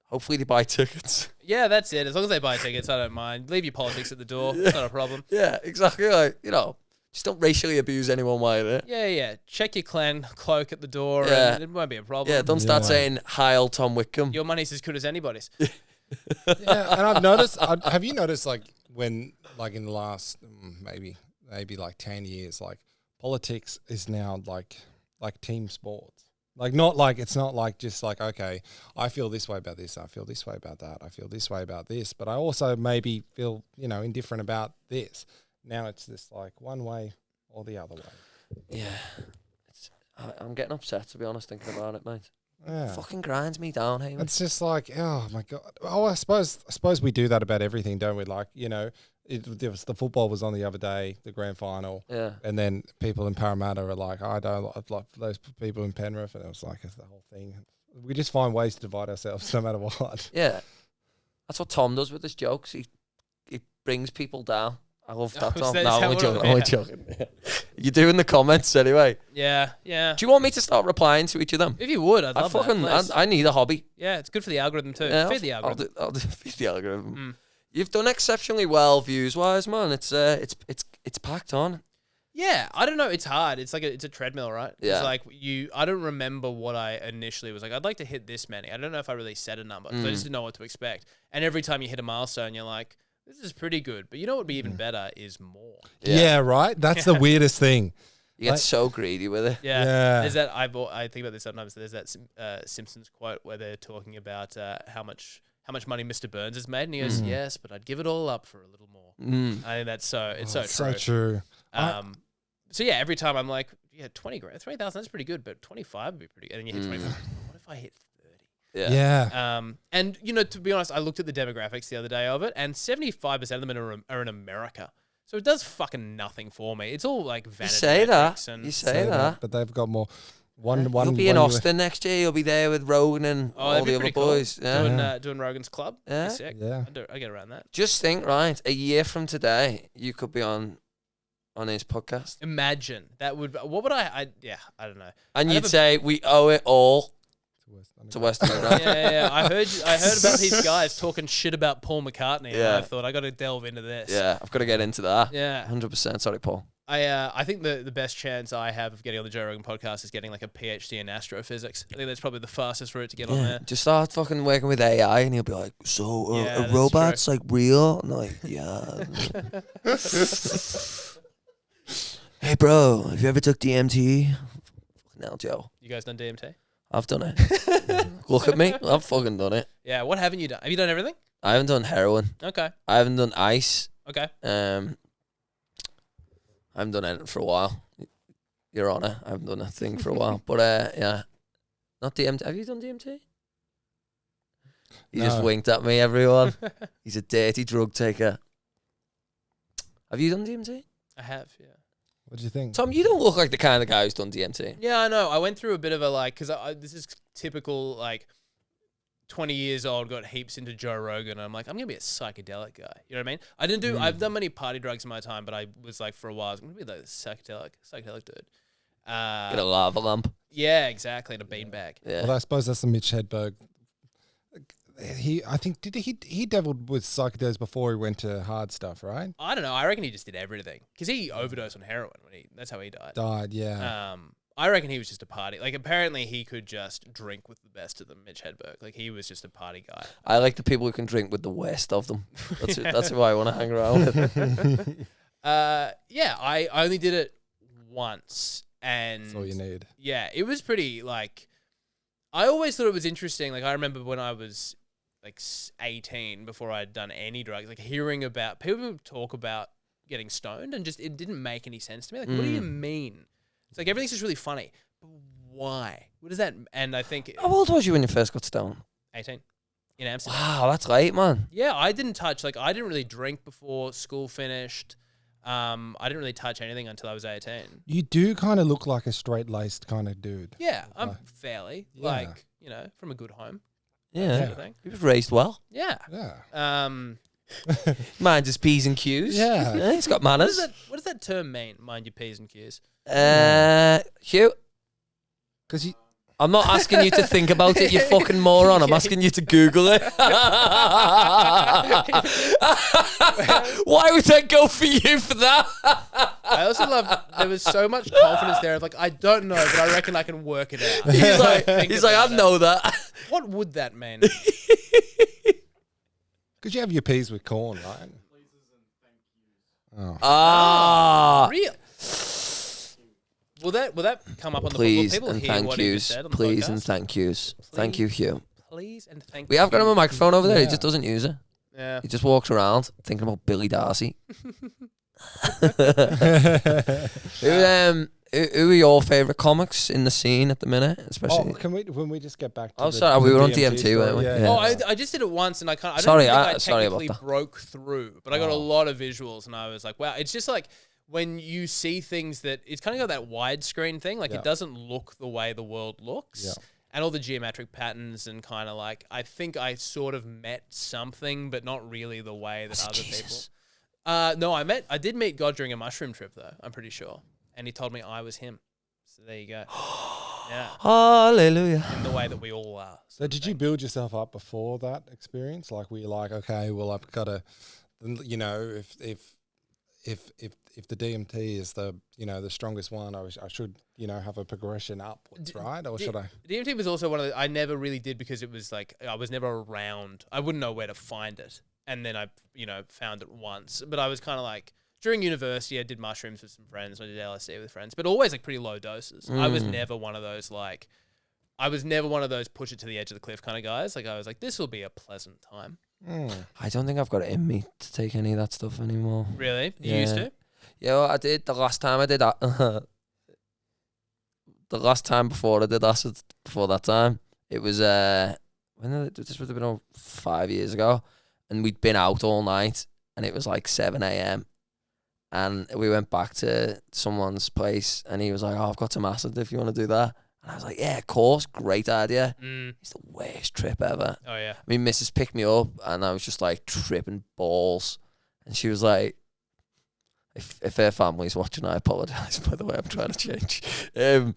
hopefully they buy tickets. Yeah, that's it. As long as they buy tickets, I don't mind. Leave your politics at the door. It's not a problem. yeah, exactly. Like you know, just don't racially abuse anyone while you're there. Yeah, yeah. Check your clan cloak at the door, Yeah. and it won't be a problem. Yeah, don't start Yeah. saying "Heil Tom Wickham." Your money's as good as anybody's. yeah, and I've noticed. I, have you noticed like when like in the last mm, maybe maybe like ten years, like politics is now like like team sports. Like not like it's not like just like okay, I feel this way about this, I feel this way about that, I feel this way about this, but I also maybe feel you know indifferent about this. Now it's this like one way or the other way. Yeah, it's, I, I'm getting upset to be honest thinking about it, mate. Yeah. Fucking grinds me down, Hamish. It's just like, oh my god. Oh, I suppose I suppose we do that about everything, don't we? Like, you know, it, there was the football was on the other day, the grand final, Yeah, and then people in Parramatta are like, I don't like, like those people in Penrith, and it was like it's the whole thing. We just find ways to divide ourselves, no matter what. yeah. That's what Tom does with his jokes. He he brings people down. I love that, Is Tom. that- no, is I'm that only what- joking. I'm only joking. you do in the comments anyway. Yeah, yeah. Do you want me to start replying to each of them? If you would, I'd I love fucking that. please. I, I need a hobby. yeah, it's good for the algorithm too. Yeah, Feed the I'll- algorithm. I'll, do, I'll do, feed the algorithm. Mm. You've done exceptionally well views wise, man. It's uh, it's it's it's packed on. Yeah, I don't know. It's hard. It's like a, it's a treadmill, right? Yeah. It's like you. I don't remember what I initially was like. I'd like to hit this many. I don't know if I really set a number. 'cause I Mm. just didn't know what to expect. And every time you hit a milestone, you're like, "This is pretty good." But you know what would be Mm. even better is more. Yeah. Yeah, right. That's the weirdest thing. You get Like- so greedy with it. Yeah. Yeah. There's that. I bought, I think about this sometimes. There's that Sim- uh, Simpsons quote where they're talking about uh, how much how much money Mr. Burns has made, and he goes, "Yes, but I'd give it all up for a little more." Mm. I think that's so. It's Oh, so true. I- Um, so yeah, every time I'm like, yeah, twenty grand, three thousand, that's pretty good, but twenty five would be pretty. good. And then you hit twenty five. What if I hit thirty? Yeah. Yeah. Um, and you know, to be honest, I looked at the demographics the other day of it, and seventy five percent of them are, are in America. So it does fucking nothing for me. It's all like You vanity. say that. metrics And, You say, Say that. but they've got more. One, one. You'll be in one US Austin next year. You'll be there with Rogan and oh, all that'd be the other pretty cool. boys. Yeah. Doing, uh, doing Rogan's Club. Yeah. Yeah. Sick. Yeah. I, do, I get around that. Just think, right? A year from today, you could be on on his podcast, Imagine that would. What would I? I yeah. I don't know. and I you'd never- say we owe it all to Underground. Western yeah, Underground. yeah, yeah. I heard. I heard about these guys talking shit about Paul McCartney. Yeah. And I thought I got to delve into this. Yeah, I've got to get into that. Yeah. hundred percent. Sorry, Paul. I uh, I think the, the best chance I have of getting on the Joe Rogan podcast is getting like a PhD in astrophysics. I think that's probably the fastest route to get on Yeah, there. just start fucking working with AI, and he'll be like, "So, Yeah, uh, are that's robots like real?" And I'm like, yeah. hey, bro, have you ever took DMT? No, Joe, You guys done DMT? I've done it. Look at me, I've fucking done it. Yeah. What haven't you done? Have you done everything? I haven't done heroin. Okay. I haven't done ice. Okay. Um, I haven't done anything for a while, Your Honor. I haven't done a thing for a while, but uh, yeah, not DMT. Have you done DMT? He just No. winked at me. Everyone, he's a dirty drug taker. Have you done DMT, I have. Yeah. What do you think? Tom? You don't look like the kind of guy who's done DMT. Yeah, I know. I went through a bit of a like because I, I- this is typical like. 20 years old, got heaps into Joe Rogan. And I'm like, I'm going to be a psychedelic guy. You know what I mean? I didn't Mm. do, I've done many party drugs in my time, but I was like, for a while, I was going to be like a psychedelic, psychedelic dude. Get a Uh, lava lamp. yeah, exactly. And a beanbag. Yeah, Well, I suppose that's the Mitch Hedberg. He, I think, did he he dabbled with psychedelics before he went to hard stuff, right? I don't know. I reckon he just did everything because he overdosed on heroin when he. That's how he died. Died, yeah. Um, I reckon he was just a party. Like apparently he could just drink with the best of them. Mitch Hedberg, like he was just a party guy. I like the people who can drink with the worst of them. That's who, that's who I want to hang around with. Uh, yeah, I I only did it once, and that's all you need. yeah, it was pretty like. I always thought it was interesting. Like I remember when I was like s- 18 before I had done any drugs. Like hearing about people would talk about getting stoned and just it didn't make any sense to me. Like, what do you Hmm. mean? It's like everything's just really funny. But why? What does that? And I think Oh. How old was you when you first got stoned? 18 in Amsterdam. Wow, that's late, man. Yeah, I didn't touch. Like I didn't really drink before school finished. Um, I didn't really touch anything until I was 18. You do kind of look like a straight laced kind of dude. Yeah, I'm fairly Yeah. like you know from a good home. Yeah. Sort of thing. He was raised well. Yeah. Yeah. Um, Minds his P's and Q's. Yeah. He's got what manners. does that What does that term mean? Mind your p's and q's. Uh, Hugh, Because you. I'm not asking you to think about it, you fucking moron. I'm asking you to Google it. Why would I go for you for that? I also love there was so much confidence there of like I don't know, but I reckon I can work it out. He's like, Think he's like, about I it. know that. What would that mean? Because you have your peas with corn, right? Ah, Real. Will that will that come up on please the will people and hear thank what he yous. just said on the Please podcast? and thank yous. Thank you, Hugh. please and thank We have got him a you. microphone over there. He Yeah. just doesn't use it. Yeah. He just walks around thinking about Billy Darcy. Who, um, who, who are your favourite comics in the scene at the minute? oh, Especially. can we? When we just get back to? Oh, the, sorry, the we were on DMT, story? weren't we? Yeah. Yeah. Oh, I, I just did it once, and I can't. I don't Sorry, think I- I, sorry about technically that. Oh. broke through, but I got a lot of visuals, and I was like, wow, it's just like when you see things that it's kind of got that widescreen thing, like Yeah. it doesn't look the way the world looks, Yeah. and all the geometric patterns, and kind of like I think I sort of met something, but not really the way that it other Jesus? people. Uh, no, I met, I did meet God during a mushroom trip, though. I'm pretty sure, and he told me I was him. So there you go. yeah, Hallelujah. in the way that we all are. So did you build yourself up before that experience? Like were you like, okay, well I've got to, you know, if if if if if the DMT is the you know the strongest one, I, sh- I should you know have a progression upwards, D- right? Or D- should I? DMT was also one of the I never really did because it was like I was never around. I wouldn't know where to find it. And then I, you know, found it once. But I was kind of like during university, I did mushrooms with some friends. I did LSD with friends, but always like pretty low doses. I was never one of those like, I was never one of those push it to the edge of the cliff kind of guys. Like I was like, this will be a pleasant time. Mm. I don't think I've got it in me to take any of that stuff anymore. Really, you used Yeah. to. Yeah, well, I did the last time I did that. the last time before I did acid, before that time, it was uh, when did it, this would have been oh, five years ago, and we'd been out all night, and it was like seven a.m. And we went back to someone's place, and he was like, "Oh, I've got some acid if you want to do that." And I was like, "Yeah, of course, great idea." Mm. It's the worst trip ever. Oh yeah. I mean, Mrs. picked me up, and I was just like tripping balls. And she was like, "If if her family's watching, I apologize. By the way, I'm trying to change." Um,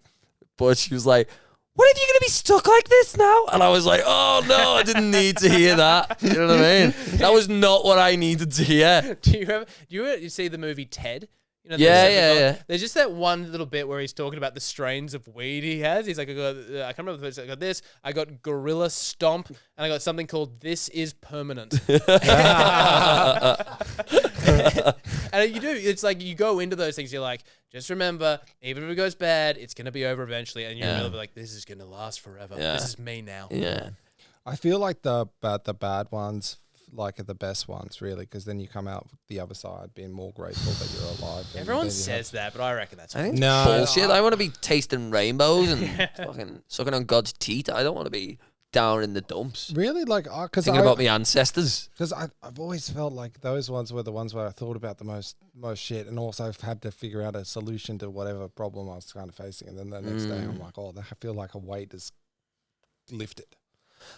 but she was like, "What if you're gonna be stuck like this now?" And I was like, "Oh no, I didn't need to hear that. You know what I mean? That was not what I needed to hear." do you ever do you ever see the movie Ted? You know, the Yeah, yeah, Decepticon? yeah. There's just that one little bit where he's talking about the strains of weed he has. He's like, I got, uh, I can't remember. The, first- I got this. I got Gorilla Stomp, and I got something called This Is Permanent. and you do. It's like you go into those things. You're like, just remember, even if it goes bad, it's gonna be over eventually. And you Yeah. remember, like, this is gonna last forever. Yeah. This is me now. yeah, I feel like the bad the bad ones like are the best ones really, because then you come out the other side being more grateful that you're alive. than- than Everyone you have- says that, but I reckon that's I think it's No, bullshit. I, want to be tasting rainbows and fucking sucking on God's teeth. I don't want to be down in the dumps really like because thinking about my ancestors. Because I've always felt like those ones were the ones where I thought about the most most shit, and also I've had to figure out a solution to whatever problem I was kind of facing. And then the next day, Mm. I'm like, oh, that- I feel like a weight is lifted.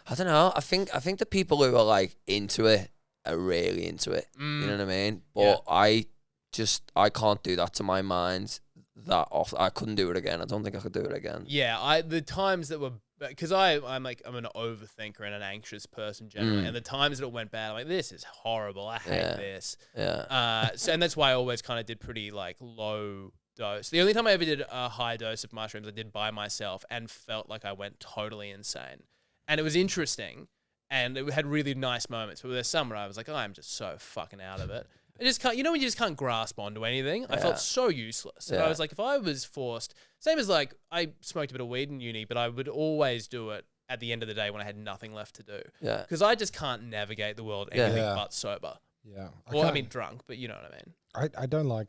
I don't know. I think I think the people who are like into it are really into it. Mm. You know what I mean? But Yeah. I just I can't do that to my mind that off. I couldn't do it again. I don't think I could do it again. Yeah, I the times that were because I I'm like I'm an overthinker and an anxious person generally, Mm. and the times that it went bad, I'm like this is horrible. I hate Yeah. this. Yeah. Uh, so and that's why I always kind of did pretty like low dose. The only time I ever did a high dose of mushrooms, I did by myself and felt like I went totally insane, and it was interesting, and it had really nice moments. But there's some where I was like, I'm just so fucking out of it. I just can't, you know, when you just can't grasp onto anything. I Yeah. felt so useless. And I Yeah. was like, if I was forced, same as like I smoked a bit of weed in uni, but I would always do it at the end of the day when I had nothing left to do. Yeah. Because I just can't navigate the world Yeah. anything Yeah. but sober. Yeah. I Well, I can't- mean, drunk, but you know what I mean. I, I don't like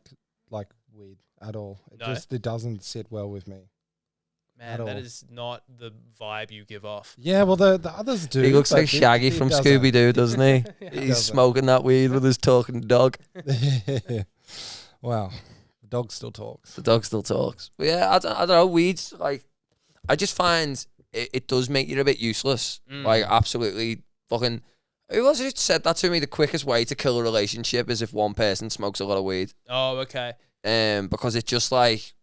like weed at all. It No? just it doesn't sit well with me. At Man, that all. is not the vibe you give off. Yeah, well the, the others do. He looks but like it- Shaggy it from doesn't. Scooby Doo, doesn't he? He's Doesn't. smoking that weed with his talking dog. wow, the dog still talks. The dog still talks. But yeah, I don't, I don't know. Weeds, like, I just find it, it does make you a bit useless. Mm. Like, absolutely fucking. Who was it who said that to me? The quickest way to kill a relationship is if one person smokes a lot of weed. Oh, okay. Um, because it's just like,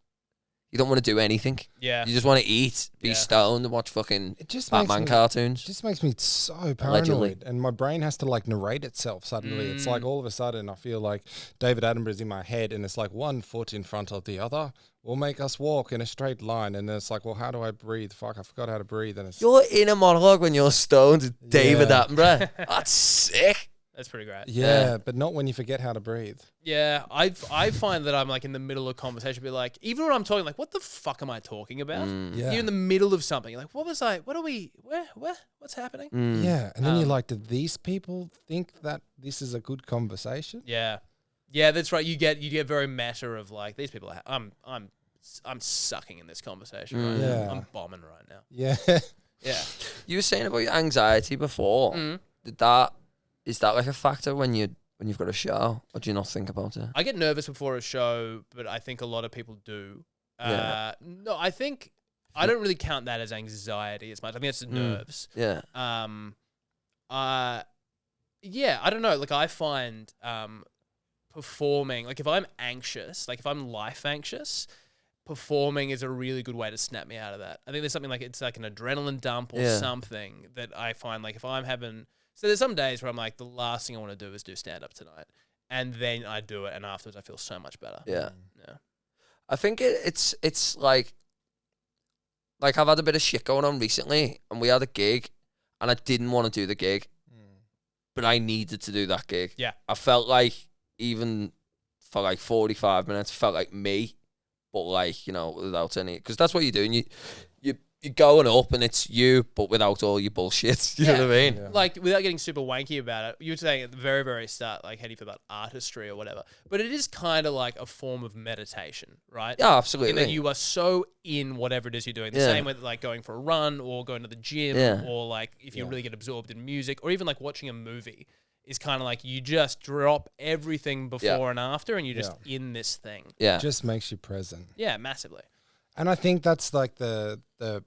you don't want to do anything. Yeah. You just want to eat, be Yeah. stoned, and watch fucking It just Batman makes me, cartoons. just makes me so paranoid, Allegedly. and my brain has to like narrate itself. Suddenly, it's like all of a sudden I feel like David Attenborough's in my head, and it's like one foot in front of the other will make us walk in a straight line, and then it's like, well, how do I breathe? Fuck, I forgot how to breathe, and it's Your inner monologue when you're stoned is David Yeah. Attenborough. That's sick. That's pretty great. yeah, Yeah. but not when you forget how to breathe. Yeah, I I find that I'm like in the middle of conversation, be like, even when I'm talking, like, what the fuck am I talking about? Mm, Mm. Yeah, You're in the middle of something. You're like, what was I? What are we? Where? Where? What's happening? Mm. Yeah, and then you're Um, like, do these people think that this is a good conversation? Yeah, yeah, that's right. You get you get very matter of like these people. Are, ha- I'm I'm I'm sucking in this conversation. Right Mm. now. Yeah. I'm bombing right now. Yeah, Yeah, You were saying about your anxiety Oh. before. Mm. Did that is that like a factor when you when you've got a show, or do you not think about it? I get nervous before a show, but I think a lot of people do. Uh, Yeah. No, I think I don't really count that as anxiety as much. I think that's just Mm. nerves. Yeah. um uh yeah i don't know like i find um performing like if i'm anxious like if i'm life anxious performing is a really good way to snap me out of that i think there's something like it's like an adrenaline dump or Yeah. something that i find like if i'm having so there's some days where i'm like the last thing i want to do is do stand up tonight and then i do it and afterwards i feel so much better Yeah. yeah I think it, it's it's like like I've had a bit of shit going on recently, and we had a gig, and I didn't want to do the gig, but I needed to do that gig. Yeah. I felt like even for like forty five minutes, felt like me, but like you know without any because that's what you're doing. You you you're going up, and it's you, but without all your bullshit. You know what I mean? Yeah. like without getting super wanky about it, you were saying at the very, very start, like how do you feel about artistry or whatever. But it is kind of like a form of meditation, right? Yeah, In absolutely. that you are so in whatever it is you're doing. The Yeah. same with like going for a run or going to the gym Yeah. or like if you Yeah. really get absorbed in music or even like watching a movie is kind of like you just drop everything before and after and you're just in this thing. yeah. just makes you present. Yeah, massively. And I think that's like the the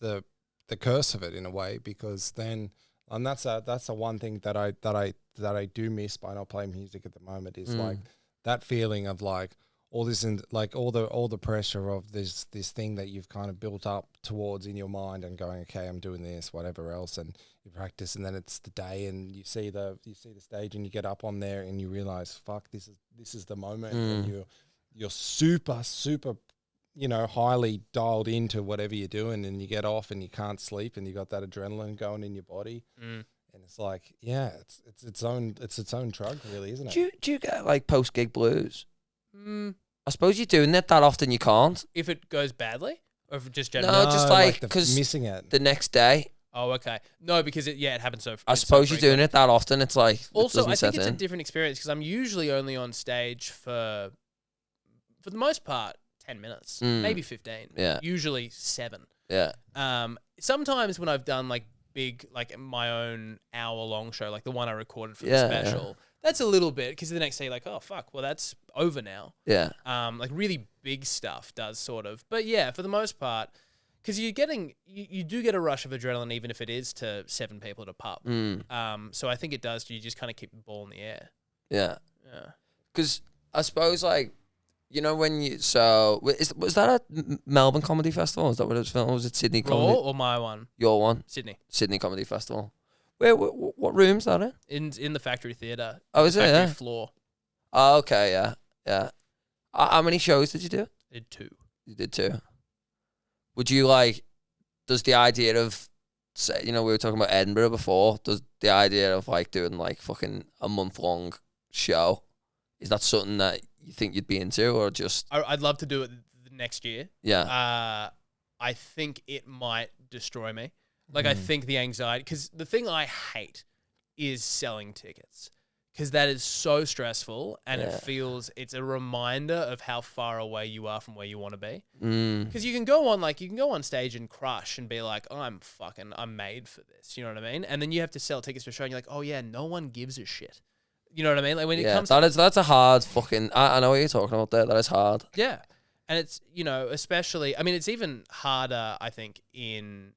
the the curse of it in a way because then and that's a that's the one thing that I that I that I do miss by not playing music at the moment is like that feeling of like all this and like all the all the pressure of this this thing that you've kind of built up towards in your mind and going okay I'm doing this whatever else and you practice and then it's the day and you see the you see the stage and you get up on there and you realize fuck this is this is the moment and you you're super super you know, highly dialed into whatever you're doing and you get off and you can't sleep and you got that adrenaline going in your body. Mm. And it's like, yeah, it's it's its own it's its own drug really, isn't it? do you, do you get like post gig blues? Mm, I suppose you're doing it that often. You can't. if it goes badly or if it just No, generally. just like, the f- 'cause missing it. The next day, Oh, okay. No, because it, yeah, it happens so. I it's so suppose you're frequent. doing it that often. It's like also it i doesn't think it's set a in. different experience because i'm usually only on stage for for the most part 10 minutes Mm. maybe 15 Yeah. usually 7 yeah, um sometimes when i've done like big like my own hour long show like the one i recorded for Yeah, the yeah. special that's a little bit because the next day you're like oh fuck well that's over now yeah, um, like really big stuff does sort of. But yeah, for the most part, because you're getting you, you do get a rush of adrenaline even if it is to seven people at a pub. mm, Um, so I think it does. You just kind of keep the ball in the air. yeah. Yeah. Because I suppose like you know when you so wa- is, was that at M- Melbourne Comedy Festival? Is that what it was filmed? Was it Sydney Raw Comedy? or my one, Your one, Sydney, Sydney Comedy Festival. Where, wh- wh- what room's that in? in in the factory theater, Oh, is it? factory Yeah. floor. Oh, okay, yeah, yeah. Ho- how many shows did you do? I Did two. You did too. Would you like? Does the idea of say you know we were talking about Edinburgh before? Does the idea of like doing like fucking a month long show is that something that you think you'd be into or just I, I'd love to do it th- next year. yeah Uh, I think it might destroy me. Like Hmm. I think the anxiety because the thing I hate is selling tickets because that is so stressful and Yeah. it feels it's a reminder of how far away you are from where you want to be. Mm. Because you can go on like you can go on stage and crush and be like, "Oh, I'm fucking I'm made for this. You know what I mean? And then you have to sell tickets for a show and you're like, oh yeah, no one gives a shit. You know what I mean? Like when it Yeah, comes that is that's a hard fucking. I, I know what you're talking about there. That is hard. Yeah. And it's, you know, especially, I mean, it's even harder, I think, in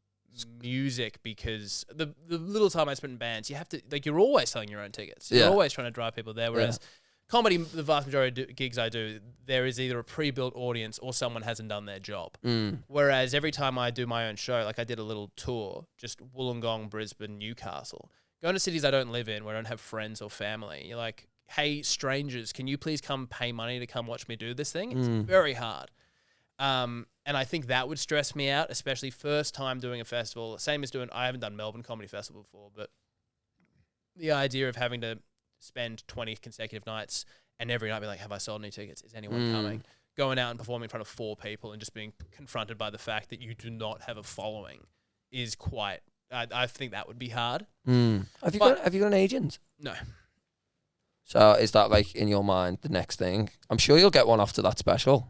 music because the, the little time I spent in bands, you have to, like, you're always selling your own tickets. You're Yeah. always trying to drive people there. Whereas comedy, the vast majority of do- gigs I do, there is either a pre built audience or someone hasn't done their job. Mm. Whereas every time I do my own show, like I did a little tour, just Wollongong, Brisbane, Newcastle, going to cities I don't live in where I don't have friends or family. You're like, hey, strangers, can you please come pay money to come watch me do this thing? It's very hard. Um, and I think that would stress me out, especially first time doing a festival. Same as doing, I haven't done Melbourne Comedy Festival before, but the idea of having to spend 20 consecutive nights and every night be like, have I sold any tickets? Is anyone Mm. coming? Going out and performing in front of four people and just being confronted by the fact that you do not have a following is quite, I, I think that would be hard. Mm. Have you But- got Have you got an agent? No. So is that like in your mind the next thing? I'm sure you'll get one after that special.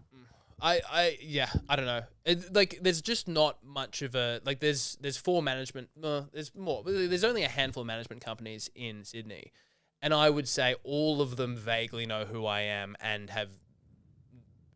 I, I yeah I don't know it, like there's just not much of a like there's there's four management uh, there's more but there's only a handful of management companies in Sydney and I would say all of them vaguely know who I am and have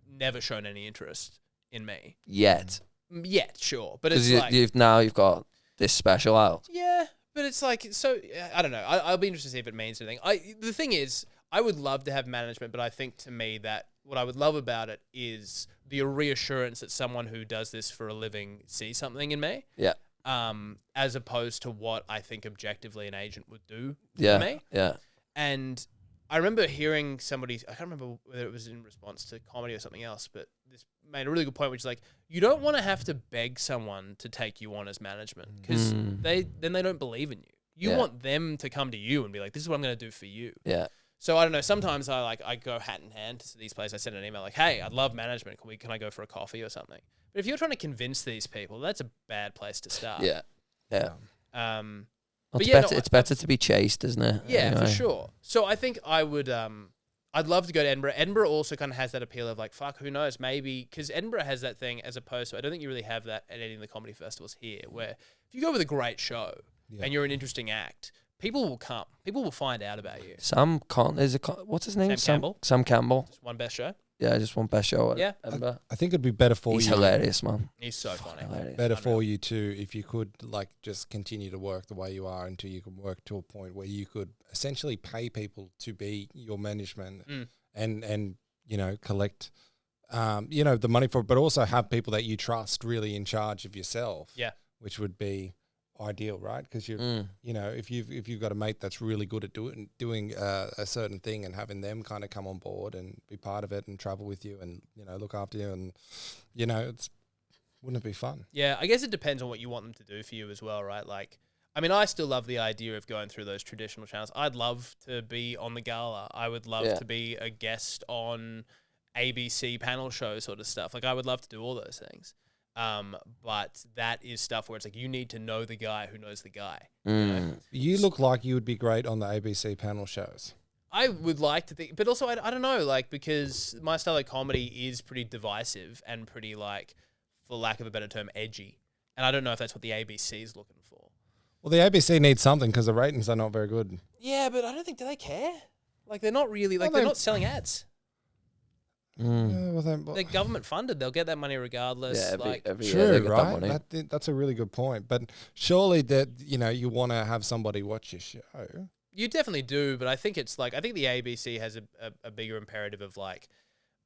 never shown any interest in me Yet, Mm, yet sure but it's because you, like you've now you've got this special out. yeah but it's like so yeah, I don't know I, I'll be interested to see if it means anything I the thing is I would love to have management but I think to me that what I would love about it is the reassurance that someone who does this for a living sees something in me Yeah, um, as opposed to what I think objectively an agent would do yeah, for me. yeah. And I remember hearing somebody, I can't remember whether it was in response to comedy or something else, but this made a really good point, which is like, you don't want to have to beg someone to take you on as management because Mm. they then they don't believe in you. You Yeah. want them to come to you and be like, this is what I'm going to do for you. Yeah. So I don't know. Sometimes I like I go hat in hand to these places. I send an email like, "Hey, I love management. Can we can I go for a coffee or something?" But if you're trying to convince these people, that's a bad place to start. Yeah. Yeah. Um, Well, But it's yeah, better no, it's better to be chased, isn't it? Yeah, for Anyway. sure. So I think I would. Um, I'd love to go to Edinburgh. Edinburgh also kind of has that appeal of like, fuck, who knows? Maybe because Edinburgh has that thing as opposed to I don't think you really have that at any of the comedy festivals here. Where if you go with a great show Yeah. and you're an interesting act, people will come. People will find out about you. Sam Con is it Con- what's his name? Sam Campbell. Sam Campbell. It's one best show. Yeah, I just won best show. at Yeah. Edinburgh. I think it'd be better for He's you. hilarious, man. He's so funny. Hilarious. Better for you too if you could like just continue to work the way you are until you can work to a point where you could essentially pay people to be your management Mm. and and you know collect um, you know the money for it, but also have people that you trust really in charge of yourself. Yeah. which would be ideal, right? Because you Mm. you know if you've if you've got a mate that's really good at doing doing uh, a certain thing and having them kind of come on board and be part of it and travel with you and you know look after you and you know it's wouldn't it be fun? Yeah, I guess it depends on what you want them to do for you as well, right? Like, I mean, I still love the idea of going through those traditional channels. I'd love to be on the gala. I would love Yeah. to be a guest on ABC panel show sort of stuff. Like, I would love to do all those things. Um, but that is stuff where it's like you need to know the guy who knows the guy. Mm. You look like you would be great on the ABC panel shows. I would like to think, but also I, I don't know, like because my style of comedy is pretty divisive and pretty like, for lack of a better term, edgy. And I don't know if that's what the ABC is looking for. Well, the ABC needs something because the ratings are not very good. Yeah, but I don't think do they care. Like they're not really like Well, they're they- not selling ads. Mm. Yeah, well, then, well, They're government funded. They'll get that money regardless. Yeah, every, like every year true, they get that right? money. That, thi- that's a really good point. But surely that you know you want to have somebody watch your show. you definitely do, but I think it's like I think the ABC has a, a, a bigger imperative of like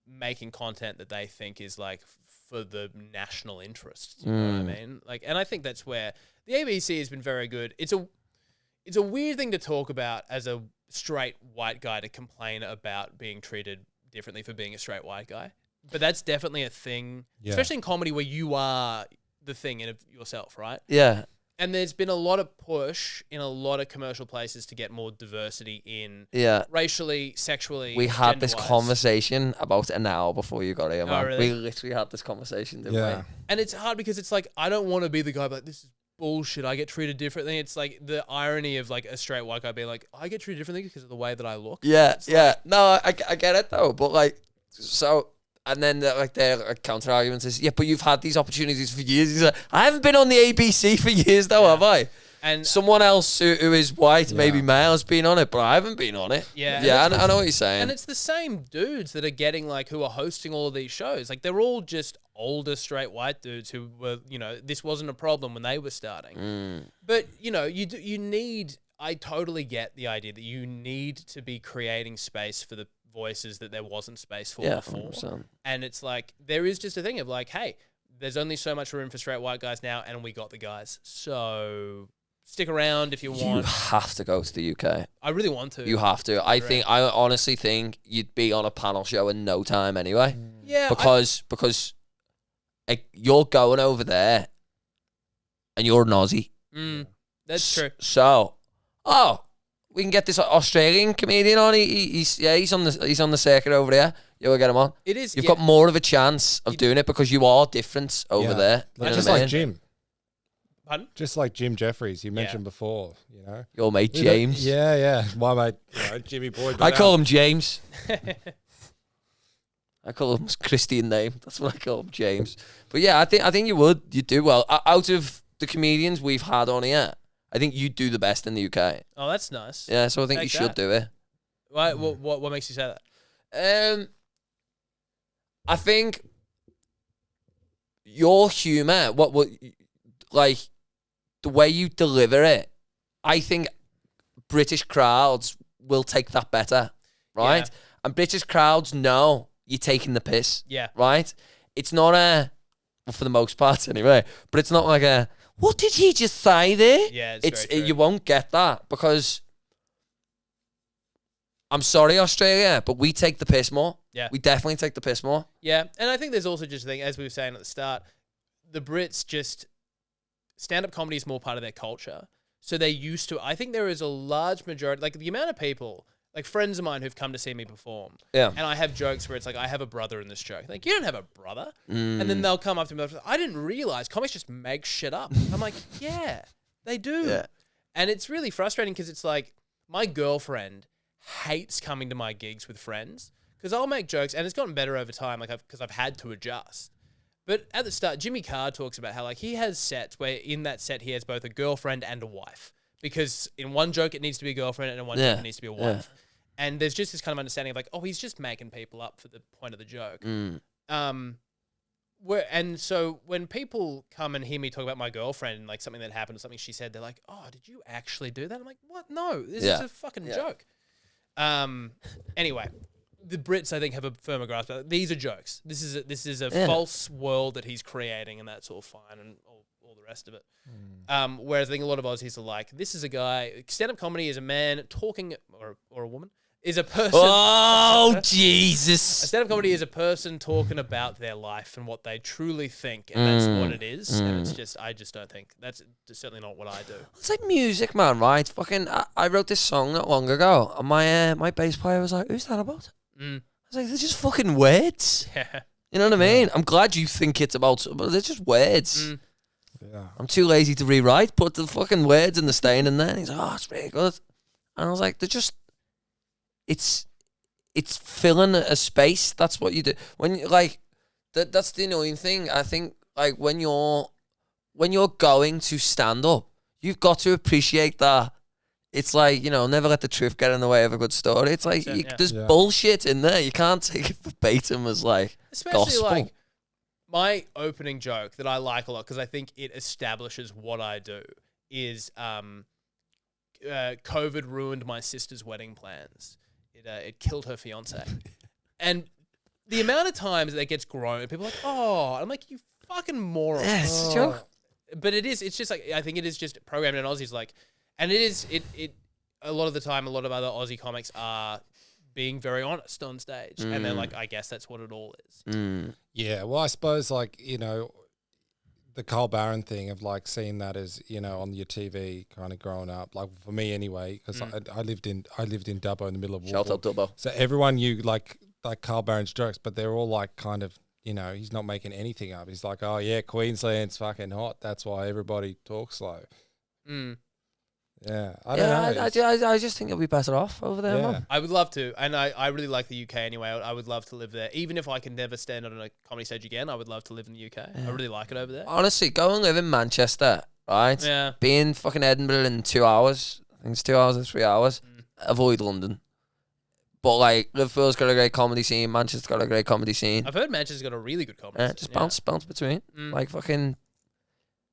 making content that they think is like f- for the national interest. You know what I mean? Like, and I think that's where the ABC has been very good. It's a it's a weird thing to talk about as a straight white guy to complain about being treated differently for being a straight white guy. But that's definitely a thing, Yeah. especially in comedy where you are the thing in of yourself, right? yeah. and there's been a lot of push in a lot of commercial places to get more diversity in Yeah. racially, sexually. We had this gender-wise. conversation about an hour before you got here, man. Oh, really? We literally had this conversation, didn't Yeah. we? and it's hard because it's like I don't want to be the guy, but like, this is bullshit. I get treated differently. It's like the irony of like a straight white guy being like, I get treated differently because of the way that I look. Yeah, yeah. No, I, I get it though, but like, so and then the, like their like, counter argument is, yeah, but you've had these opportunities for years. He's like, I haven't been on the ABC for years though, have I? And Someone else who, who is white, maybe male, has been on it, but I haven't been on it. Yeah, yeah. I, and kn- I know what you're saying. and it's the same dudes that are getting like who are hosting all of these shows. Like they're all just older straight white dudes who were, you know, this wasn't a problem when they were starting. Mm. But you know, you do, you need. I totally get the idea that you need to be creating space for the voices that there wasn't space for yeah, before. 100%. And it's like there is just a thing of like, hey, there's only so much room for straight white guys now, and we got the guys. So stick around if you You want. have to go to the UK. I really want to. You have to. I think. I honestly think you'd be on a panel show in no time Mm. anyway. yeah, I- because because like, you're going over there and you're an Aussie. mm, that's S- true. So, oh, we can get this Australian comedian on. He, he- he's yeah, he's on the he's on the circuit over here. Yeah, we'll get him on. It is. You've yeah. got more of a chance of You- doing it because you are different over Yeah. there. You know what just I like mean? Jim, Pardon? just like Jim Jeffries you mentioned before. You know, Your mate James. Yeah, yeah. My mate, you know, Jimmy Boyd. I call him James. I call him his Christian name. That's what I call him, James. But yeah, I think I think you would. You do well. O- Out of the comedians we've had on here, I think you do the best in the UK. Oh, that's nice. Yeah, so I think you Take should that. do it. Why, what, what what makes you say that? Um, I think your humor, what what, like the way you deliver it, I think British crowds will take that better, right? Yeah. And British crowds know you're taking the piss, Yeah. right? It's not a, well, for the most part anyway, but it's not like a. What did he just say there? Yeah, it's it's very it- true. you won't get that because I'm sorry, Australia, but we take the piss more. Yeah. we definitely take the piss more. Yeah, and I think there's also just a thing as we were saying at the start, the Brits just stand-up comedy is more part of their culture, so they're used to. I think there is a large majority, like the amount of people, like friends of mine who've come to see me perform, Yeah, and I have jokes where it's like I have a brother in this joke, like you don't have a brother, and Mm. then they'll come up to me, and they'll- I didn't realize comics just make shit up. I'm like, yeah, they do. Yeah. And it's really frustrating because it's like my girlfriend hates coming to my gigs with friends because I'll make jokes and it's gotten better over time, like I've because I've had to adjust. But at the start, Jimmy Carr talks about how like he has sets where in that set he has both a girlfriend and a wife because in one joke it needs to be a girlfriend and in one Yeah, joke it needs to be a yeah. wife. And there's just this kind of understanding of like, oh, he's just making people up for the point of the joke. Um, where and so when people come and hear me talk about my girlfriend and like something that happened or something she said, they're like, "Oh, did you actually do that?" I'm like, "What? No, this is Yeah. a fucking Yeah. joke." Um. Anyway, the Brits I think have a firmer grasp. of it. These are jokes. This is a, this is a Yeah. false world that he's creating, and that's all fine and all, all the rest of it. Um. Whereas I think a lot of Aussies are like, "This is a guy. Stand up comedy is a man talking or or a woman." Is a person Oh a Jesus! stand-up comedy is a person talking about their life and what they truly think, and that's what it is. And it's just, I just don't think that's certainly not what I do. It's like music, man. Right? Fucking, I, I wrote this song not long ago, and my uh, my bass player was like, "Who's that about?" Mm. I was like, "They're just fucking words." Yeah, You know what I mean? I'm glad you think it's about, but they're just words. Mm. Yeah. I'm too lazy to rewrite. Put the fucking words and the stain in there. And he's like, oh, it's pretty good. And I was like, they're just, it's, it's filling a space. That's what you do when you like. That that's the annoying thing. I think like when you're, when you're going to stand up, you've got to appreciate that. It's like you know, never let the truth get in the way of a good story. It's like That's it, you, yeah. there's Yeah. bullshit in there. You can't take it verbatim as like especially gospel. like my opening joke that I like a lot because I think it establishes what I do is um, uh, COVID ruined my sister's wedding plans. It uh, it killed her fiance, and the amount of times that gets grown, people are like, oh, I'm like, you fucking moron. Oh, yeah, it's a joke. but it is it's just like I think it is just programmed in Aussies like and it is it it a lot of the time a lot of other Aussie comics are being very honest on stage and then like I guess that's what it all is. Mm. Yeah, well, I suppose like you know, the Carl Barron thing of like seeing that as you know on your TV, kind of growing up. Like for me, anyway, because I, I lived in I lived in Dubbo in the middle of Mm. Shout out Warburg. Dubbo. So everyone knew like like Carl Barron's jokes, but they're all like kind of you know, he's not making anything up. He's like, oh yeah, Queensland's fucking hot. That's why everybody talks slow. Mm. Yeah, I don't yeah, know. I, I, It's- I- I just think it'll be better off over there, yeah. man. I would love to, and I, I really like the UK anyway. I, I would love to live there, even if I can never stand on a comedy stage again. I would love to live in the UK. I really like it over there. Honestly, go and live in Manchester, right? Yeah, Be in fucking Edinburgh in two hours. I think it's two hours or three hours. Avoid London. But like Liverpool's got a great comedy scene. Manchester's got a great comedy scene. I've heard Manchester's got a really good comedy. Yeah, scene, just yeah. bounce, bounce between. Mm. Like fucking,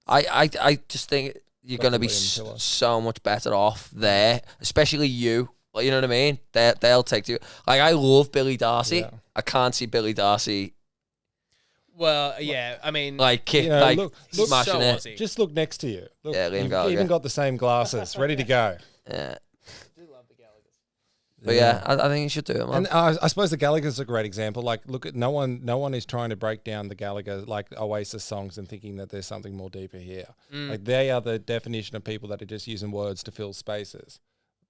I, I, I just think you're gonna be William s- Tiller. so much better off there, especially you. Like, you know what I mean? They, they'll take you. Like I love Billy Darcy. Yeah. I can't see Billy Darcy Well, yeah. I mean, like kick, Yeah, like look- look- smashing so it. Aussie. Just look next to you. Look, Yeah, Liam you've Gallagher. even got the same glasses, ready to go. Yeah. But yeah, I, I think you should do it, man. And I, I suppose the Gallagher's a great example. Like, look at no one. No one is trying to break down the Gallagher like Oasis songs and thinking that there's something more deeper here. Mm. Like they are the definition of people that are just using words to fill spaces.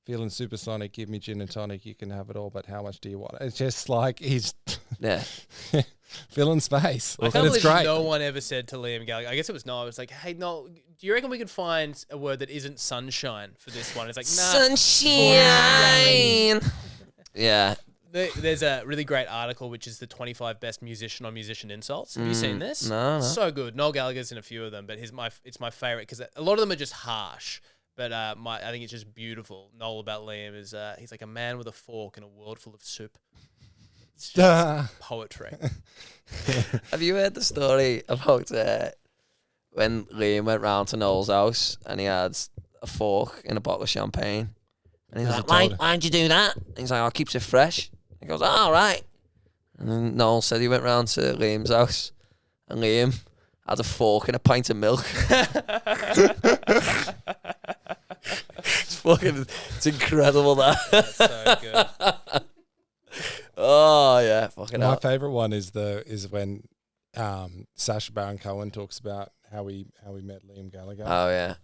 Feeling supersonic, give me gin and tonic, you can have it all, but how much do you want? It's just like he's yeah. filling space. I And can't it's believe great. no one ever said to Liam Gallagher. I guess it was Noel. It was like, hey, Noel, do you reckon we could find a word that isn't sunshine for this one? It's like, nah. Sunshine. Yeah. There- There's a really great article which is the 25 best musician on musician insults. Have you seen this? Mm, no, no. So good. Noel Gallagher's in a few of them, but his my it's my favorite because a lot of them are just harsh. But uh, my I think it's just beautiful. Noel about Liam is uh, he's like a man with a fork in a world full of soup. It's just Duh. poetry. Have you heard the story about uh, when Liam went round to Noel's house and he had a fork in a bottle of champagne? And he's Never like, Why, told her. why'd you do that? And he's like, I keeps it fresh. He goes, "Ah, All right. And then Noel said he went round to Liam's house and Liam had a fork and a pint of milk. it's fucking, it's incredible that. That's so good. Oh, yeah, fucking My hell. favorite one is the is when um, Sasha Baron Cohen talks about how he how he met Liam Gallagher. Uh, Oh, yeah.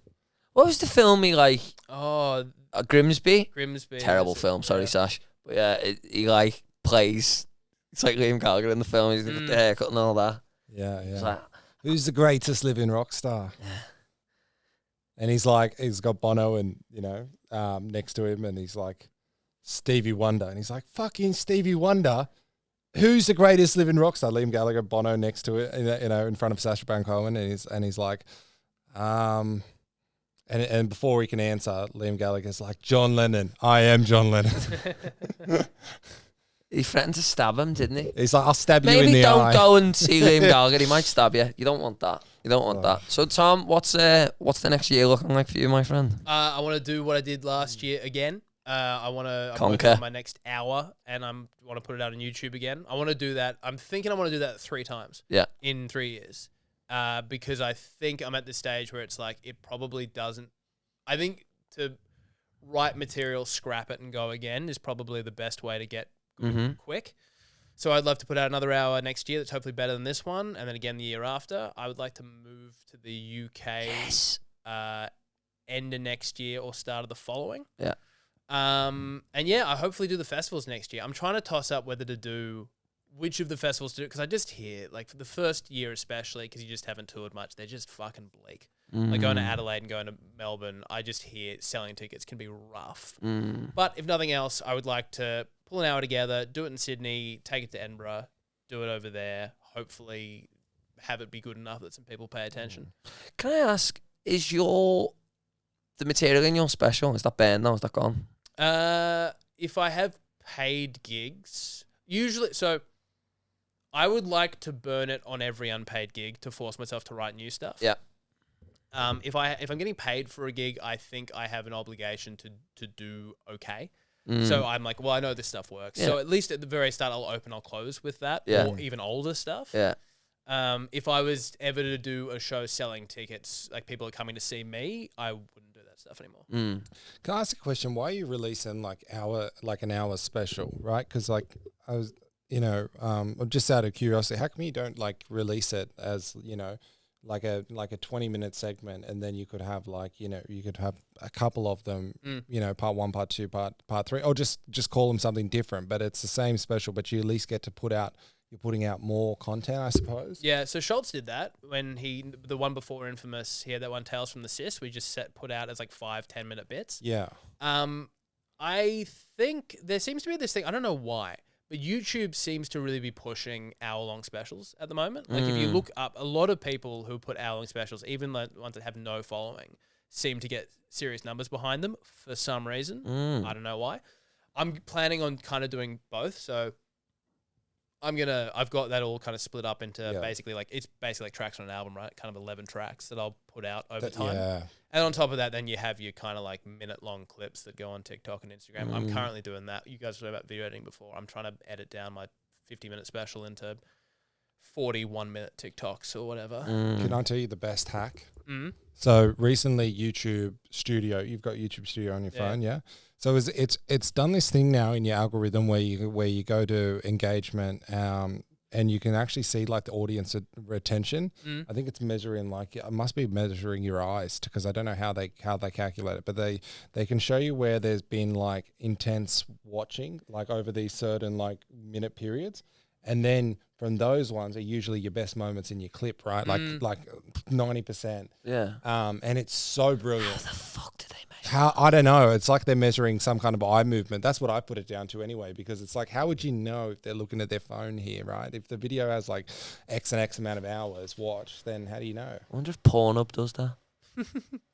What was the film he like? Oh, Uh, Grimsby? Grimsby. terrible is- film. Sorry, yeah. Sash. But yeah, it, he like plays. It's like Liam Gallagher in the film. He's got Mm. the haircut and all that. yeah, Hmm. yeah. It's like, Who's the greatest living rock star? And he's like, he's got Bono and you know um, next to him, and he's like Stevie Wonder, and he's like fucking Stevie Wonder. Who's the greatest living rock star? Liam Gallagher, Bono next to it, you know- you know, in front of Sasha Baron Cohen, and he's and he's like, um, and and before he can answer, Liam Gallagher's like John Lennon. I am John Lennon. he threatened to stab him, didn't he? he's like, I'll stab you in Maybe the don't eye. go and see Liam Gallagher. He might stab you. You don't want that. You don't want Oh. that. So Tom, what's uh, what's the next year looking like for you, my friend? Uh, I want to do what I did last year again. Uh, I want to Conquer. my next hour, and I'm want to put it out on YouTube again. I want to do that. I'm thinking I want to do that three times. Yeah. in three years, uh, because I think I'm at the stage where it's like it probably doesn't. I think to write material, scrap it, and go again is probably the best way to get good Mhm. quick. So I'd love to put out another hour next year that's hopefully better than this one, and then again the year after. I would like to move to the UK Yes. uh, end of next year or start of the following. Yeah. Um, and yeah, I hopefully do the festivals next year. I'm trying to toss up whether to do which of the festivals to do because I just hear like for the first year especially because you just haven't toured much, they're just fucking bleak. Mm-hmm. Like going to Mm. Adelaide and going to Melbourne, I just hear selling tickets can be rough. Mm. But if nothing else, I would like to pull an hour together, do it in Sydney, take it to Edinburgh, do it over there. Hopefully, have it be good enough that some people pay attention. Can I ask? Is your the material in your special? Is that banned now? Is that gone? Mm. Uh, if I have paid gigs, usually, so I would like to burn it on every unpaid gig to force myself to write new stuff. Yeah. Um, if I if I'm getting paid for a gig, I think I have an obligation to to do okay. So I'm like, well, I know this stuff works. So Mm. Yeah. at least at the very start, I'll open, I'll close with that, Yeah. or even older stuff. Yeah. Um, if I was ever to do a show selling tickets, like people are coming to see me, I wouldn't do that stuff anymore. Mm. Can I ask a question? Why are you releasing like hour, like an hour special, right? Because like I was, you know, um, I'm just out of curiosity, how come you don't like release it as you know, like a like a 20 minute segment, and then you could have like you know you could have a couple of them, Mm. you know, part one, part two, part part three, or just just call them something different, but it's the same special, but you at least get to put out you're putting out more content, I suppose. Yeah, so Schultz did that when he the one before Infamous. He had that one Tales from the Sis. We just set put out as like five ten minute bits. Yeah. Um, I think there seems to be this thing. I don't know why, but YouTube seems to really be pushing hour long specials at the moment. Like if you look up, a lot of people who put hour long specials, even the ones that have no following, seem to get serious numbers behind them for some reason. Mm. Hmm. I don't know why. I'm planning on kind of doing both, so. I'm gonna. I've got that all kind of split up into Yeah. basically like it's basically like tracks on an album, right? Kind of eleven tracks that I'll put out over That- time. yeah. And on top of that, then you have your kind of like minute long clips that go on TikTok and Instagram. I'm Mm. currently doing that. You guys know about video editing before. I'm trying to edit down my 50 minute special into 41 minute TikToks or whatever. Mm. Can I tell you the best hack? Mm. So recently, YouTube Studio, you've got YouTube Studio on your Yeah. phone, yeah. So it's, it's it's done this thing now in your algorithm where you where you go to engagement, um, and you can actually see like the audience at- retention. I think it's measuring like it must be measuring your eyes because I don't know how they how they calculate it, but they they can show you where there's been like intense watching, like over these certain like minute periods. And then from those ones are usually your best moments in your clip, right? Like like ninety percent. Yeah. Um, and it's so brilliant. Fuck did they make? How I don't know. It's like they're measuring some kind of eye movement. That's what I put it down to anyway, because it's like, how would you know if they're looking at their phone here, right? If the video has like X and X amount of hours watched, then how do you know? I wonder if Pornhub does that.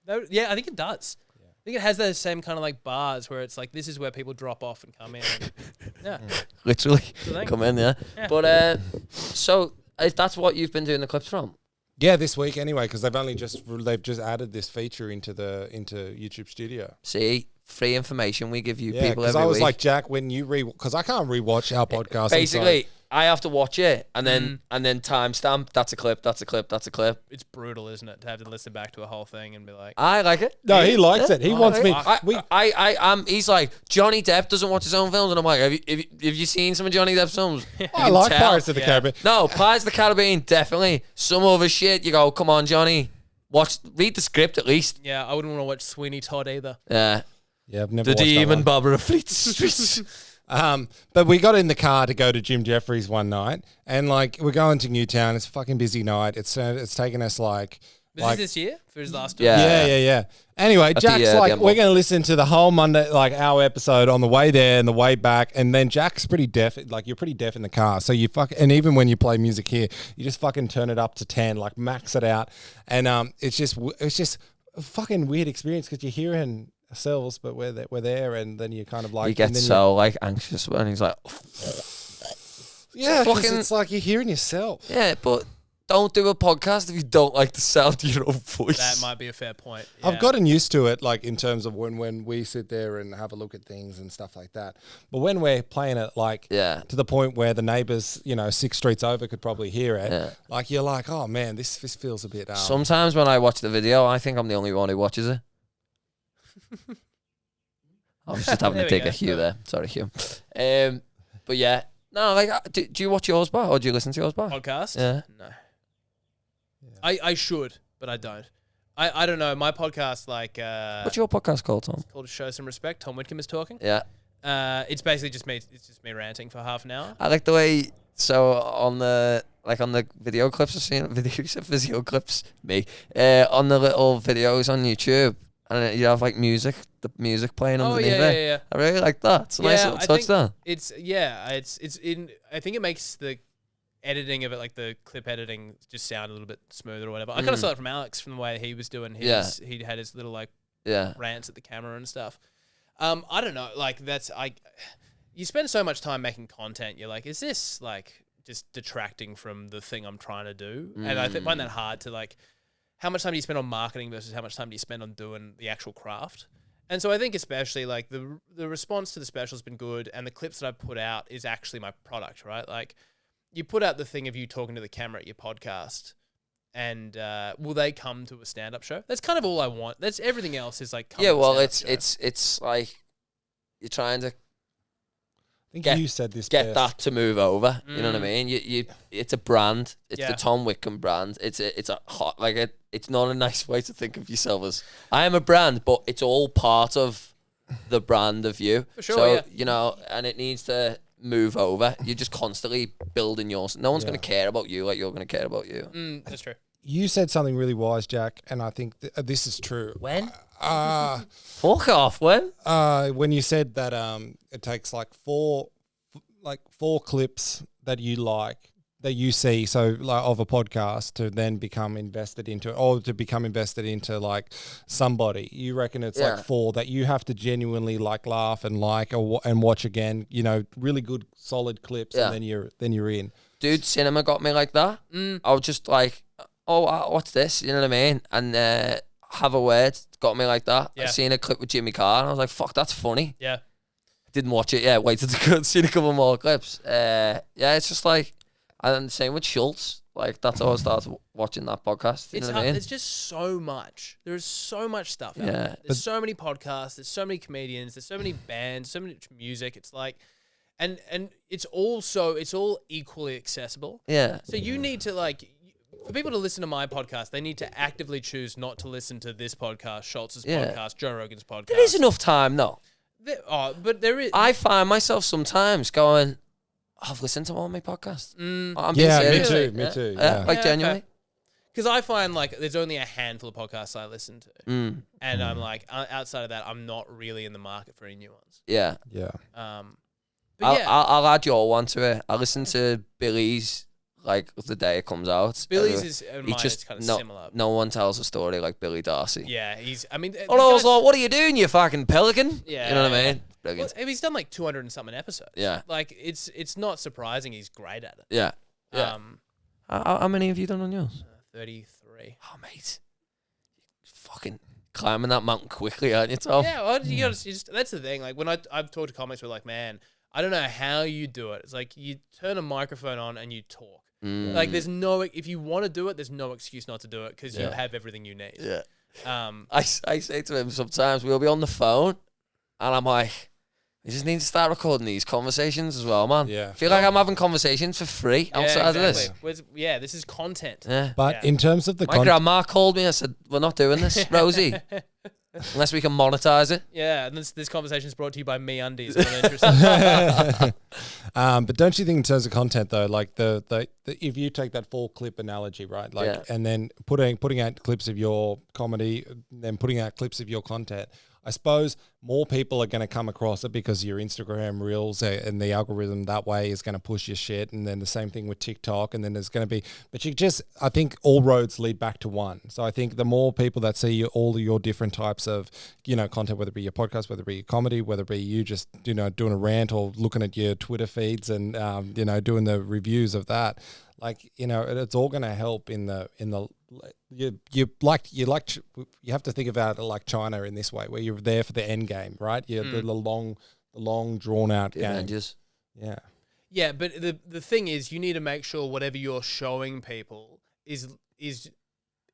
That- yeah, I think it does. I think it has those same kind of like bars where it's like this is where people drop off and come in. yeah, Literally, thing. come in there. Yeah. But uh, so if that's what you've been doing the clips from, Yeah, this week anyway, because they've only just they've just added this feature into the into YouTube Studio. see, free information we give you Yeah, people because every I was week. like Jack when you re because I can't rewatch our podcast. I'm sorry. Basically, I have to watch it and then and then timestamp. That's a clip. That's a clip. That's a clip. it's brutal, isn't it, to have to listen back to a whole thing and be like, I like it. no, he likes it. He wants me. I, we, I, I, I'm. He's like Johnny Depp doesn't watch his own films, and I'm like, have you, have you, have you seen some of Johnny Depp's films? You I can like tell. Pirates of the Yeah. Caribbean. No, Pirates of the Caribbean, definitely. Some other shit, you go, come on, Johnny, watch, read the script at least. yeah, I wouldn't want to watch Sweeney Todd either. Yeah, Yeah, I've never. the watched that Demon one. Barber of Fleet Street. Um, but we got in the car to go to Jim Jeffries one night, and like we're going to Newtown. It's a fucking busy night. It's uh, it's taken us like, Was like this this year for his last? Yeah. yeah, yeah, yeah. Anyway, the, Jack's uh, like, demo. we're going to listen to the whole Monday, like our episode on the way there and the way back, and then Jack's pretty deaf. Like you're pretty deaf in the car, so you fuck. And even when you play music here, you just fucking turn it up to ten, like max it out, and um, it's just w- it's just a fucking weird experience because you're hearing ourselves, but we're there, we're there, and then you're kind of like He and gets then you- so like anxious, and he's like, "Oh, Yeah, 'cause Fucking- it's like you're hearing yourself. yeah, but don't do a podcast if you don't like the sound of your own voice. That might be a fair point. I've Yeah. gotten used to it, like in terms of when when we sit there and have a look at things and stuff like that. But when we're playing it, like Yeah. to the point where the neighbors, you know, six streets over could probably hear it. Yeah. Like you're like, oh man, this this feels a bit. Um, Sometimes when I watch the video, I think I'm the only one who watches it. I was just having There to we dig go. a Hugh there. Sorry, Hugh. Um, but yeah, no, like, uh, do, do you watch yours back or do you listen to yours back? podcast? Yeah. No. I, I should, but I don't. I, I don't know. My podcast, like, uh, What's your podcast called, Tom? called Show Some Respect. Tom Whitcomb is talking. Yeah, Uh, it's basically just me. It's just me ranting for half an hour. I like the way. So on the like on the video clips I've seen, videos of video clips, me uh, on the little videos on YouTube, and you have like music, the music playing Oh underneath yeah, yeah, it. yeah. I really like that. It's a nice Yeah, little I touch think- there. It's yeah. It's it's in. I think it makes the editing of it, like the clip editing, just sound a little bit smoother or whatever. I kind of Mm. saw it from Alex from the way he was doing his. Yeah. He had his little like. Yeah, rants at the camera and stuff. Um, I don't know. Like that's I. You spend so much time making content. You're like, is this like just detracting from the thing I'm trying to do? And I th- find Mm. that hard to like. How much time do you spend on marketing versus how much time do you spend on doing the actual craft? And so I think especially like the the response to the special has been good, and the clips that I've put out is actually my product, right? Like you put out the thing of you talking to the camera at your podcast and uh, will they come to a stand-up show that's kind of all i want that's everything else is like come yeah. to a Well, stand-up it's show. it's it's like you're trying to I think get- you said this. get best. that to move over. You know what I Mm. mean? You, you, it's a brand. It's Yeah. the Tom Wickham brand. It's a, it's a hot like it. It's not a nice way to think of yourself as. I am a brand, but it's all part of the brand of you. For sure, So yeah. you know, and it needs to move over. You're just constantly building yours. No one's going to care about you like you're going to care about you. Mm, that's true. You said something really wise, Jack, and I think th- uh, this is true. When? Uh, Fuck off, when? uh, when you said that um, it takes like four, like four clips that you like that you see, so like of a podcast to then become invested into, or to become invested into like somebody. You reckon it's Yeah. like four that you have to genuinely like laugh and like or, wa- and watch again. You know, really good solid clips, Yeah. and then you're then you're in. Dude, cinema got me like that. Mm. I was just like, oh, uh, what's this? You know what I mean? And uh, have a word got me like that. I Yeah. seen a clip with Jimmy Carr and I was like, fuck, that's funny. Yeah. Didn't watch it yet. Waited to go see a couple more clips. Uh, yeah, it's just like, and the same with Schultz. Like that's how I started watching that podcast. You know It's, what I hard- mean? there's just so much. There is so much stuff. Out Yeah. there. But- There's so many podcasts. There's so many comedians. There's so many bands. So much music. It's like, and and it's all so it's all equally accessible. Yeah, So you need to like for people to listen to my podcast, they need to actively choose not to listen to this podcast, Schultz's Yeah. podcast, Joe Rogan's podcast. there is enough time though. There- oh, but there is. I find myself sometimes going, I've listened to all my podcasts. Mm, I'm being Yeah, me serious. too, me too. Yeah. like Yeah, genuinely. Because I find like there's only a handful of podcasts I listen to, Mm, and I'm like o- outside of that, I'm not really in the market for any new ones. yeah. Yeah. Um, I'll, but yeah, I'll, I'll add your one to it. I listened to Billy's like the day it comes out. Billy's Uh, is and he mine is just kind of no, similar. no one tells a story like Billy Darcy. Yeah, he's. I mean, uh, Although I the was guy's- like, what are you doing, you fucking pelican? You know what I Yeah. mean? Brilliant. well, he's done like 200 and something episodes. Yeah. like it's it's not surprising he's great at it. Yeah. Yeah. Um, How, how many have you done on yours? 33. Oh, mate. Fucking climbing that mountain quickly, aren't you, Tom? Yeah, well, you gotta, you just, that's the thing. Like when I I've talked to comics, we're like, man, I don't know how you do it. It's like you turn a microphone on and you talk. Mm. Like there's no if you want to do it, there's no excuse not to do it because you Yeah. have everything you need. yeah. Um, I, s- I say to him sometimes we'll be on the phone, and I'm like, we just need to start recording these conversations as well, man. Yeah. feel like I'm having conversations for free yeah, outside of this. exactly. Where's- yeah, this is content. Yeah. But Yeah. in terms of the My grandma called me and said, "We're not doing this, Rosie, unless we can monetize it." Yeah, and this this conversation is brought to you by Me Undies. Interesting. Um, but don't you think in terms of content though, like the, the, the if you take that full clip analogy, right? Like Yeah. and then putting putting out clips of your comedy, then putting out clips of your content. I suppose more people are going to come across it because your Instagram reels a- and the algorithm that way is going to push your shit. And then the same thing with TikTok. And then there's going to be, but you just, I think all roads lead back to one. So I think the more people that see you, all of your different types of, you know, content, whether it be your podcast, whether it be your comedy, whether it be you just, you know, doing a rant or looking at your Twitter feeds and, um, you know, doing the reviews of that, like, you know, it, it's all going to help in the, in the, you you like you like Ch- you have to think about it like China in this way, where you're there for the end game, right? You're the, the long, the long drawn out The game. Avengers. Yeah, yeah, but the the thing is, you need to make sure whatever you're showing people is is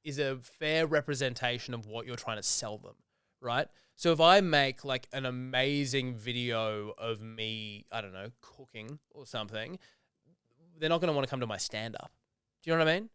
is a fair representation of what you're trying to sell them, right? So if I make like an amazing video of me, I don't know, cooking or something, they're not going to want to come to my stand up. Do you know what I mean?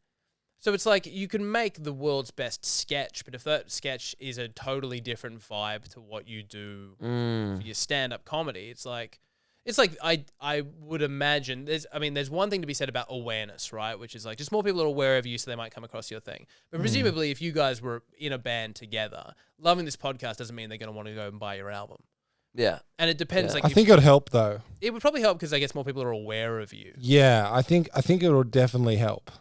So it's like you can make the world's best sketch, but if that sketch is a totally different vibe to what you do Mm. for your stand-up comedy it's like it's like i i would imagine there's i mean there's one thing to be said about awareness right which is like just more people are aware of you so they might come across your thing but Hmm. presumably if you guys were in a band together loving this podcast doesn't mean they're going to want to go and buy your album Yeah. and it depends Yeah. like I if- think it'd help though. it would probably help because i guess more people are aware of you Yeah, I think I think it will definitely help.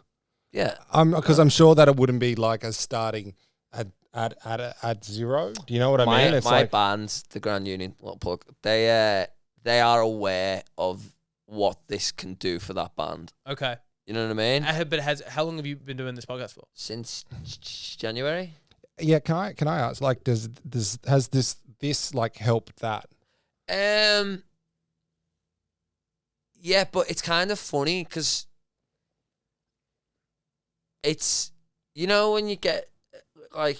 Yeah. I'm because I'm sure that it wouldn't be like a starting at at at, at zero. Do you know what I my mean? It's my like band, the Grand Union, little plug. They uh, they are aware of what this can do for that band. okay You know what I mean? Uh, but has how long have you been doing this podcast for Since j- j- January. yeah. Can I can I ask like does does has this this like helped that? Um. Yeah, but it's kind of funny because it's you know when you get like,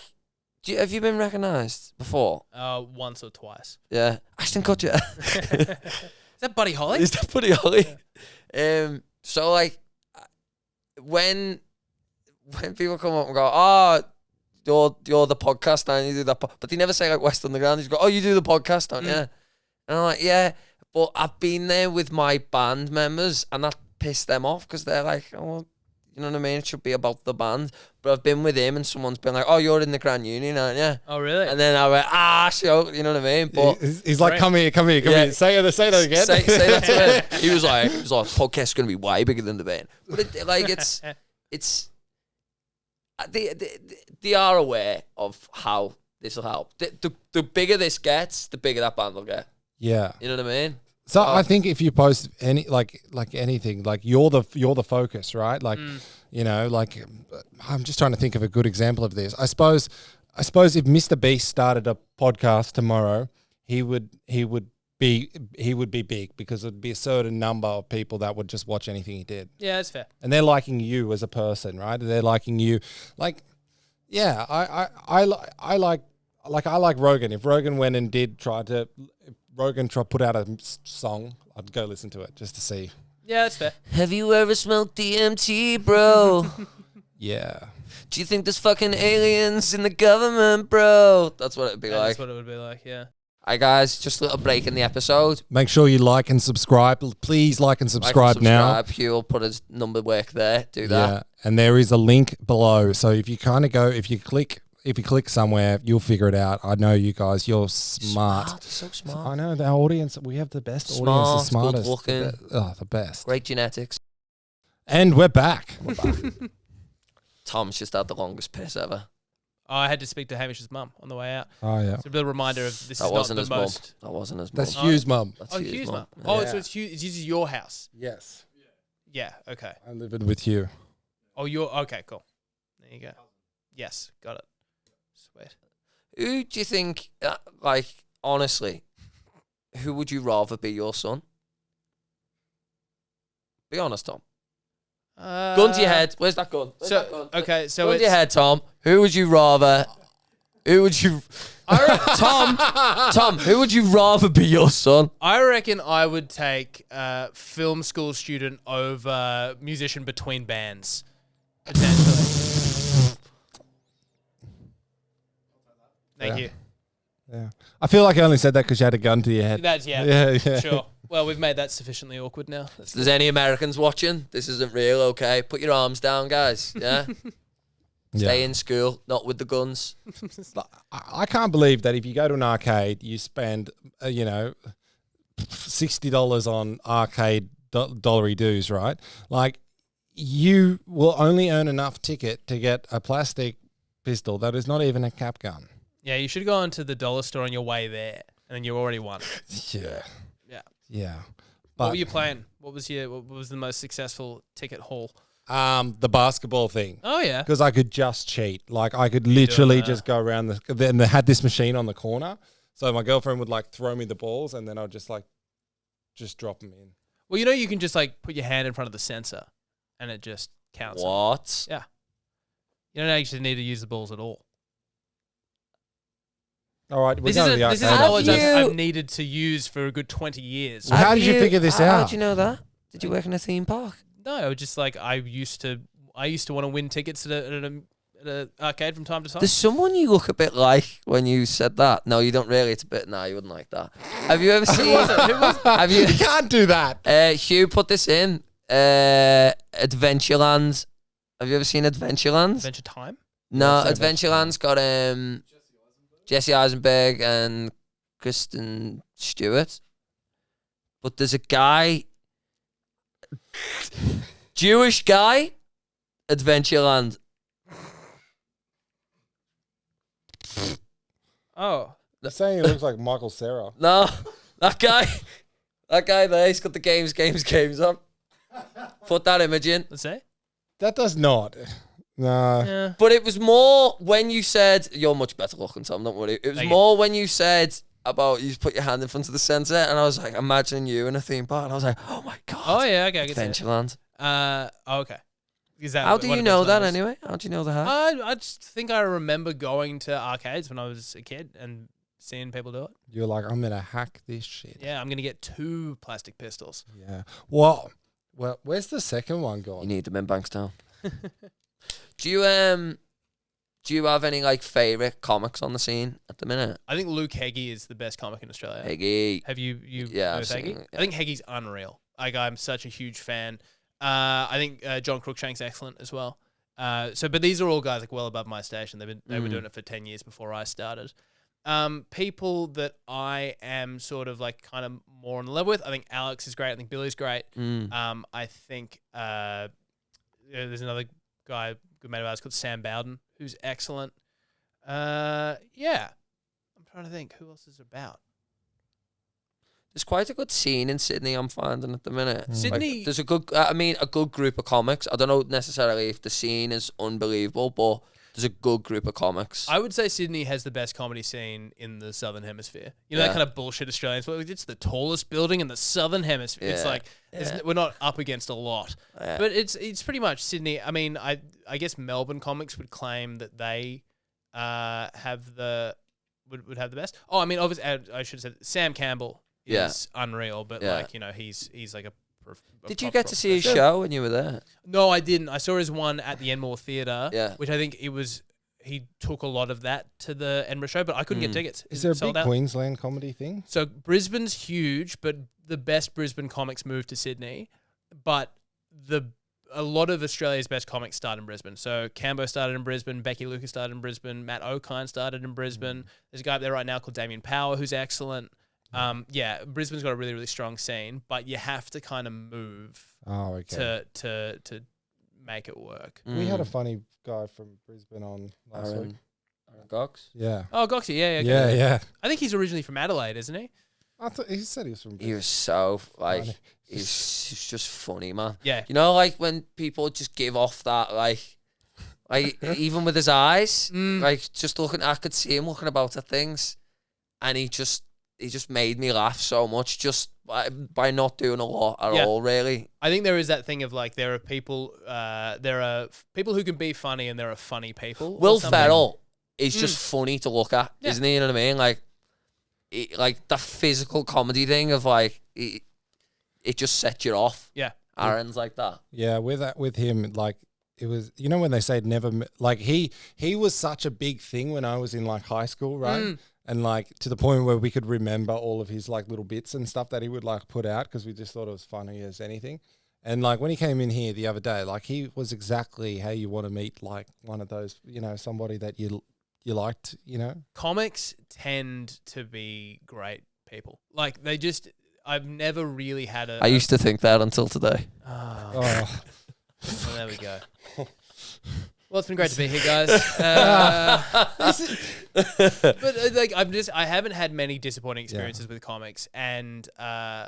do you, have you been recognised before? uh once or twice Yeah, Ashton Kutcher. is that buddy holly Is that pretty Holly? Um. So like, I- when when people come up and go, oh. You're, you're the Mm. podcast, and you do that, po-. but they never say like West Underground. You just go, oh, you do the podcast, don't you? And I'm like, yeah, But I've been there with my band members, and that pissed them off because they're like, oh, well, you know what I mean? It should be about the band. But I've been with him, and someone's been like, oh, you're in the Grand Union, aren't you? Oh, really? And then I went, ah, sure, you know what I mean? But he's, he's like, Right. come here, come here, come Yeah. here. Say that, say that again. Say, say that to him. He was like, he was like, podcast's going to be way bigger than the band. But it, like, it's, it's, uh, they, they, they are aware of how this will help. The, the, the bigger this gets, the bigger that band will get. yeah. You know what I mean? So I think if you post any like like anything, like you're the you're the focus, right? Like you know, like I'm just trying to think of a good example of this. I suppose I suppose if Mr. Beast started a podcast tomorrow, he would he would be he would be big because there'd be a certain number of people that would just watch anything he did. yeah, that's fair. and they're liking you as a person, right? They're liking you, like, yeah, I, I, I, li- I like, like I like Rogan. If Rogan went and did try to, if Rogan try, put out a s- song, I'd go listen to it just to see. Yeah, that's fair. Have you ever smelled DMT, bro? Yeah, Do you think there's fucking aliens in the government, bro? That's what it'd be like. that's what it would be like. Yeah. Hi, guys. Just a little break in the episode. make sure you like and subscribe. L- Please like Like and and subscribe, now. subscribe. Hugh will put his number work there. Do that. Yeah, and there is a link below. So if you kind of go, if you click, if you click somewhere, you'll figure it out. I know you guys. You're smart. Smart, so I smart. know the audience. We have the best audience, the Smart, good smartest, the looking. be- oh, the best. Great genetics. And we're back. Tom's just had the longest piss ever. I had to speak to Hamish's mum on the way out. Oh yeah. It's a little reminder of this That is wasn't not his the mum. most. That wasn't his mum. That's Hugh's mum. That's Oh, Hugh's Hugh's mum. mum. Oh, Yeah. so it's Hugh. This is your house. Yes. Yeah. Okay. I'm living with you. Oh, you're okay. Cool. There you go. Yes, got it. Sweet. Who do you think, uh, like, honestly, who would you rather be your son? Be honest, Tom. Uh, Gun to your head. Where's that gun? Where's that So gun? okay. So Gun to it's, your head, Tom. Who would you rather? Who would you, Tom? Tom, who would you rather be your son? I reckon I would take uh, film school student over musician between bands. Potentially. Thank Yeah. you. Yeah. I feel like I only said that because you had a gun to your head. That's yeah. yeah, yeah. Sure. Well, we've made that sufficiently awkward now. If there's any Americans watching, this isn't real. Okay, put your arms down, guys. Yeah, stay Yeah. in school, not with the guns. I I can't believe that if you go to an arcade, you spend, uh, you know, sixty dollars on arcade do- dollary dues, right? Like, you will only earn enough ticket to get a plastic pistol that is not even a cap gun. Yeah, you should go onto the dollar store on your way there, and then you already won. Yeah. Yeah. Yeah. what were But you playing? What was your? What was the most successful ticket haul? um, the basketball thing. Oh yeah. because I could just cheat. Like I could literally that. just go around the. Then they had this machine on the corner, so my girlfriend would like throw me the balls, and then I'd just like, just drop them in. Well, you know, you can just like put your hand in front of the sensor, and it just counts. them. What? You don't actually need to use the balls at all. All right, we're This going is to a, the this is arcade Have knowledge after you- this. I've, I've needed to use for a good twenty years. Well, how Have did you figure this how out? did you know that? Did you work in a theme park? No, I was just like I used to. I used to want to win tickets at a, at a, at a arcade from time to time. There's someone you look a bit like when you said that. No, you don't really. It's a bit. No, you wouldn't like that. Have you ever seen? have you? You can't do that. Uh, Hugh put this in. Uh, Adventureland. Have you ever seen Adventureland? Adventure Time. No, I'd say Adventureland's got um Jesse Eisenberg and Kristen Stewart. But there's a guy Jewish guy Adventureland. Oh, They're saying it looks like Michael Sarah. No. That guy that guy there, he's got the games, games, games on. Put that image in. let's see. That does not. No. Yeah. But it was more when you said you're much better looking, Tom. Don't worry. It was Thank you. more when you said about you put your hand in front of the sensor, and I was like imagining you in a theme park, and I was like, oh my god, Oh yeah. Okay. I get that. Adventureland. Uh. oh, okay. Is that How what- do what you it know is? that I was- anyway? How do you know the hat? I I just think I remember going to arcades when I was a kid and seeing people do it. You're like, I'm gonna hack this shit. Yeah, I'm gonna get two plastic pistols. Yeah. Well, well, Oh. where's the second one you gone? need them in Bankstown. do you um? Do you have any like favorite comics on the scene at the minute? I think Luke Heggie is the best comic in Australia. Higgy. Have you you Yeah, yeah, I've seen Heggie? it, I think Heggie's unreal. Like I'm such a huge fan. Uh, I think uh, John Cruikshank's excellent as well. Uh, so, but these are all guys like well above my station. They've been they were Mm. doing it for ten years before I started. Um, people that I am sort of like kind of more in love with. I think Alex is great. I think Billy's great. Mm. Um, I think uh, uh, there's another guy, good mate of ours called Sam Bowden, who's excellent. Uh, yeah, I'm trying to think who else is about. There's quite a good scene in Sydney. I'm finding at the minute. Like, Mm. Sydney- there's a good. I mean, a good group of comics. I don't know necessarily if the scene is unbelievable, but there's a good group of comics. I would say Sydney has the best comedy scene in the Southern Hemisphere. You know Yeah. that kind of bullshit Australians. Well, it's the tallest building in the Southern Hemisphere. It's Yeah. like there's Yeah. n- we're not up against a lot, Yeah. but it's it's pretty much Sydney. I mean, I I guess Melbourne comics would claim that they uh, have the would, would have the best. Oh, I mean, obviously uh, I should have said Sam Campbell Yeah. is unreal, but Yeah. like you know he's he's like a. prof- a Did you prop get to rock see his star. show when you were there? No, I didn't. I saw his one at the Enmore Theatre, Yeah. which I think it was. He took a lot of that to the Edinburgh show, but I couldn't Mm. get tickets. Is It there a sold big out. Queensland comedy thing? So Brisbane's huge, but the best Brisbane comics moved to Sydney, but the a lot of Australia's best comics start in Brisbane. So Cambo started in Brisbane, Becky Lucas started in Brisbane, Matt O'Kine started in Brisbane. There's a guy up there right now called Damien Power who's excellent. Um, yeah, Brisbane's got a really really strong scene, but you have to kind of move Oh, okay. to to to make it work. We had a Mm. funny guy from Brisbane on last week. Aaron, Aaron Cox. Yeah. Oh, Goxie, yeah, yeah, okay. Yeah, yeah. I think he's originally from Adelaide, isn't he? I thought he said he was from He Brisbane. was so like Funny. he's, he's just funny, man. Yeah. You know, like when people just give off that like, like even with his eyes, Mm. like just looking, I could see him looking about at things, and he just he just made me laugh so much just by, by not doing a lot at Yeah. all, really. I think there is that thing of like there are people, uh, there are f- people who can be funny and there are funny people. or Will something. Ferrell is just funny to look at, Mm. Yeah. isn't he? You know what I mean? Like, it, like the physical comedy thing of like it, it just sets you off. Yeah. Aaron's like that. Yeah, with that, with him, like it was. You know when they say never, m- like he he was such a big thing when I was in like high school, right? And like to the point where we could remember all of his like little bits and stuff that he would like put out because we just thought it was funny as anything. And like when he came in here the other day, like he was exactly how you want to meet like one of those, you know, somebody that you you liked, you know. Comics tend to be great people. Like they just, I've never really had a. I used to think that until today. Ah, Oh, well, there we go. Well, it's been great to be here, guys. Uh, but uh, like I'm just I haven't had many disappointing experiences with comics, and uh,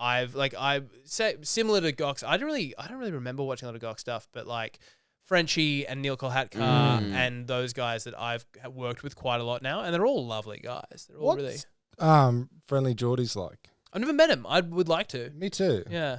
I've like I say similar to Gox. I don't really I don't really remember watching a lot of Gox stuff, but like Frenchie and Neil Kolhatkar Mm. and those guys that I've ha- worked with quite a lot now, and they're all lovely guys. They're all really. What's, um, friendly Geordie's like I've never met him. I would like to. me too. Yeah,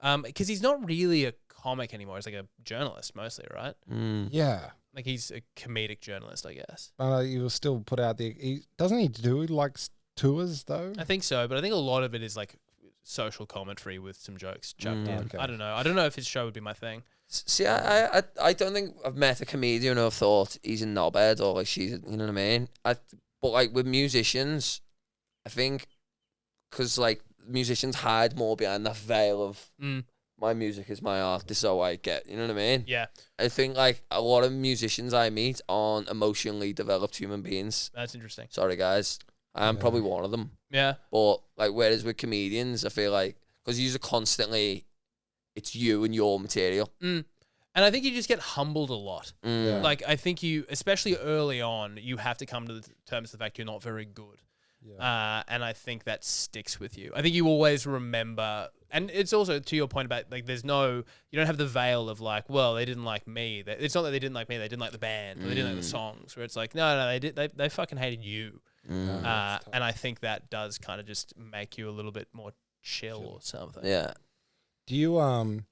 um, because he's not really a comic anymore. He's like a journalist mostly, right? Mm. Yeah. Like he's a comedic journalist, I guess. But uh, he will still put out the. He, doesn't he do like s- tours though? I think so, but I think a lot of it is like social commentary with some jokes Mm. chucked in. Okay. I don't know. I don't know if his show would be my thing. S- See, I, I, I, I don't think I've met a comedian who I've thought he's a knobhead or like she's, a, you know what I mean. I, but like with musicians, I think, because like musicians hide more behind that veil of Mm. my music is my art. This is how I get. You know what I mean? Yeah, I think like a lot of musicians I meet aren't emotionally developed human beings. that's interesting. Sorry guys, I am Yeah. probably one of them. Yeah, But like, whereas with comedians, I feel like because you're constantly, it's you and your material. and I think you just get humbled a lot. Mm. Yeah. Like I think you, especially early on, you have to come to the terms of the fact you're not very good. Yeah. Uh, and I think that sticks with you. I think you always remember, and it's also to your point about like there's no you don't have the veil of like, well, they didn't like me. They- It's not that they didn't like me; they didn't like the band, or they didn't like Mm. the songs. Where it's like, no, no, they did. They, they fucking hated you. Mm. Uh, Oh, That's tough. and I think that does kind of just make you a little bit more chill or something. Yeah. do you um?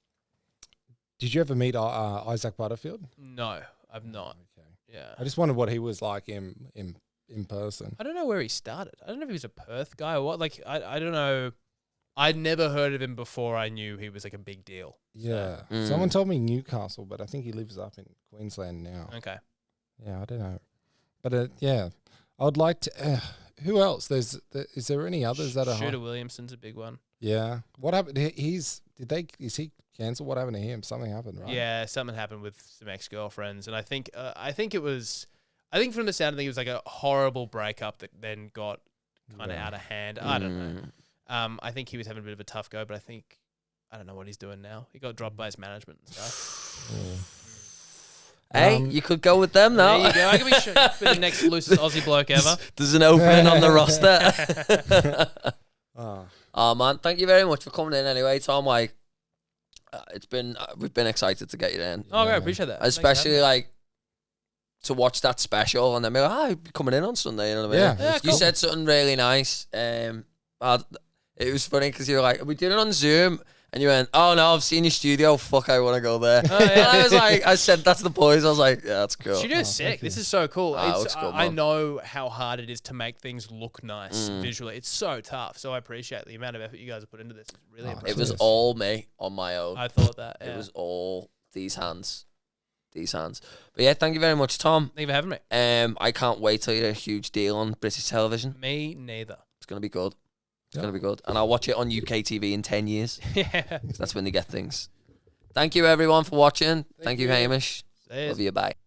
Did you ever meet uh, uh, Isaac Butterfield? No, I'm not. Okay. Yeah. I just wondered what he was like in in in person. I don't know where he started. I don't know if he was a Perth guy or what. Like, I, I don't know. I'd never heard of him before I knew he was like a big deal. Yeah. Mm. Someone told me Newcastle, but I think he lives up in Queensland now. Okay. Yeah, I don't know, but uh, yeah, I'd like to. Uh, who else? There's there, is there any others that are? high? Shooter Williamson's a big one. Yeah. What happened? he- He's did they? Is he cancelled? What happened to him? Something happened, right? Yeah, something happened with some ex girlfriends, and I think uh, I think it was, I think from the sound of it, it was like a horrible breakup that then got kind of Yeah. Mm. out of hand. I don't know. Um, I think he was having a bit of a tough go, but I think I don't know what he's doing now. He got Mm. dropped by his management and stuff. Hey, Um, you could go with them now. There you go. I could be sure for the next loosest Aussie bloke ever. Oh, There's an opening on the roster. Ah, oh man, thank you very much for coming in. Anyway, Tom, like uh, it's been uh, we've been excited to get you in, Oh, I yeah. appreciate that. Thanks for having especially me. like to watch that special and then be like, oh, you're coming in on Sunday. You know what I mean? Yeah, Yeah, it's You cool. said something really nice. Um, uh, it was funny because you were like, "We did it on Zoom," and you went, "Oh no, I've seen your studio. Fuck, I want to go there." Oh, yeah. and I was like, "I said that's the boys." I was like, "Yeah, that's cool." Studio's sick. This is so cool. Ah, It's- looks cool, I, I man. Mm. know how hard it is to make things look nice visually. It's so tough. So I appreciate the amount of effort you guys have put into this. It's really Ah, It impressive. was Cheers. all me on my own. I thought that. yeah. It was all these hands, these hands. But yeah, thank you very much, Tom. Thank you for having me. Um, I can't wait till you're a huge deal on British television. Me neither. It's gonna be good. It's Yeah. gonna be good, and I'll watch it on UK TV in ten years. yeah. 'cause That's when they get things. Thank you everyone for watching. Thank, you, Hamish. Says- Love you. Bye.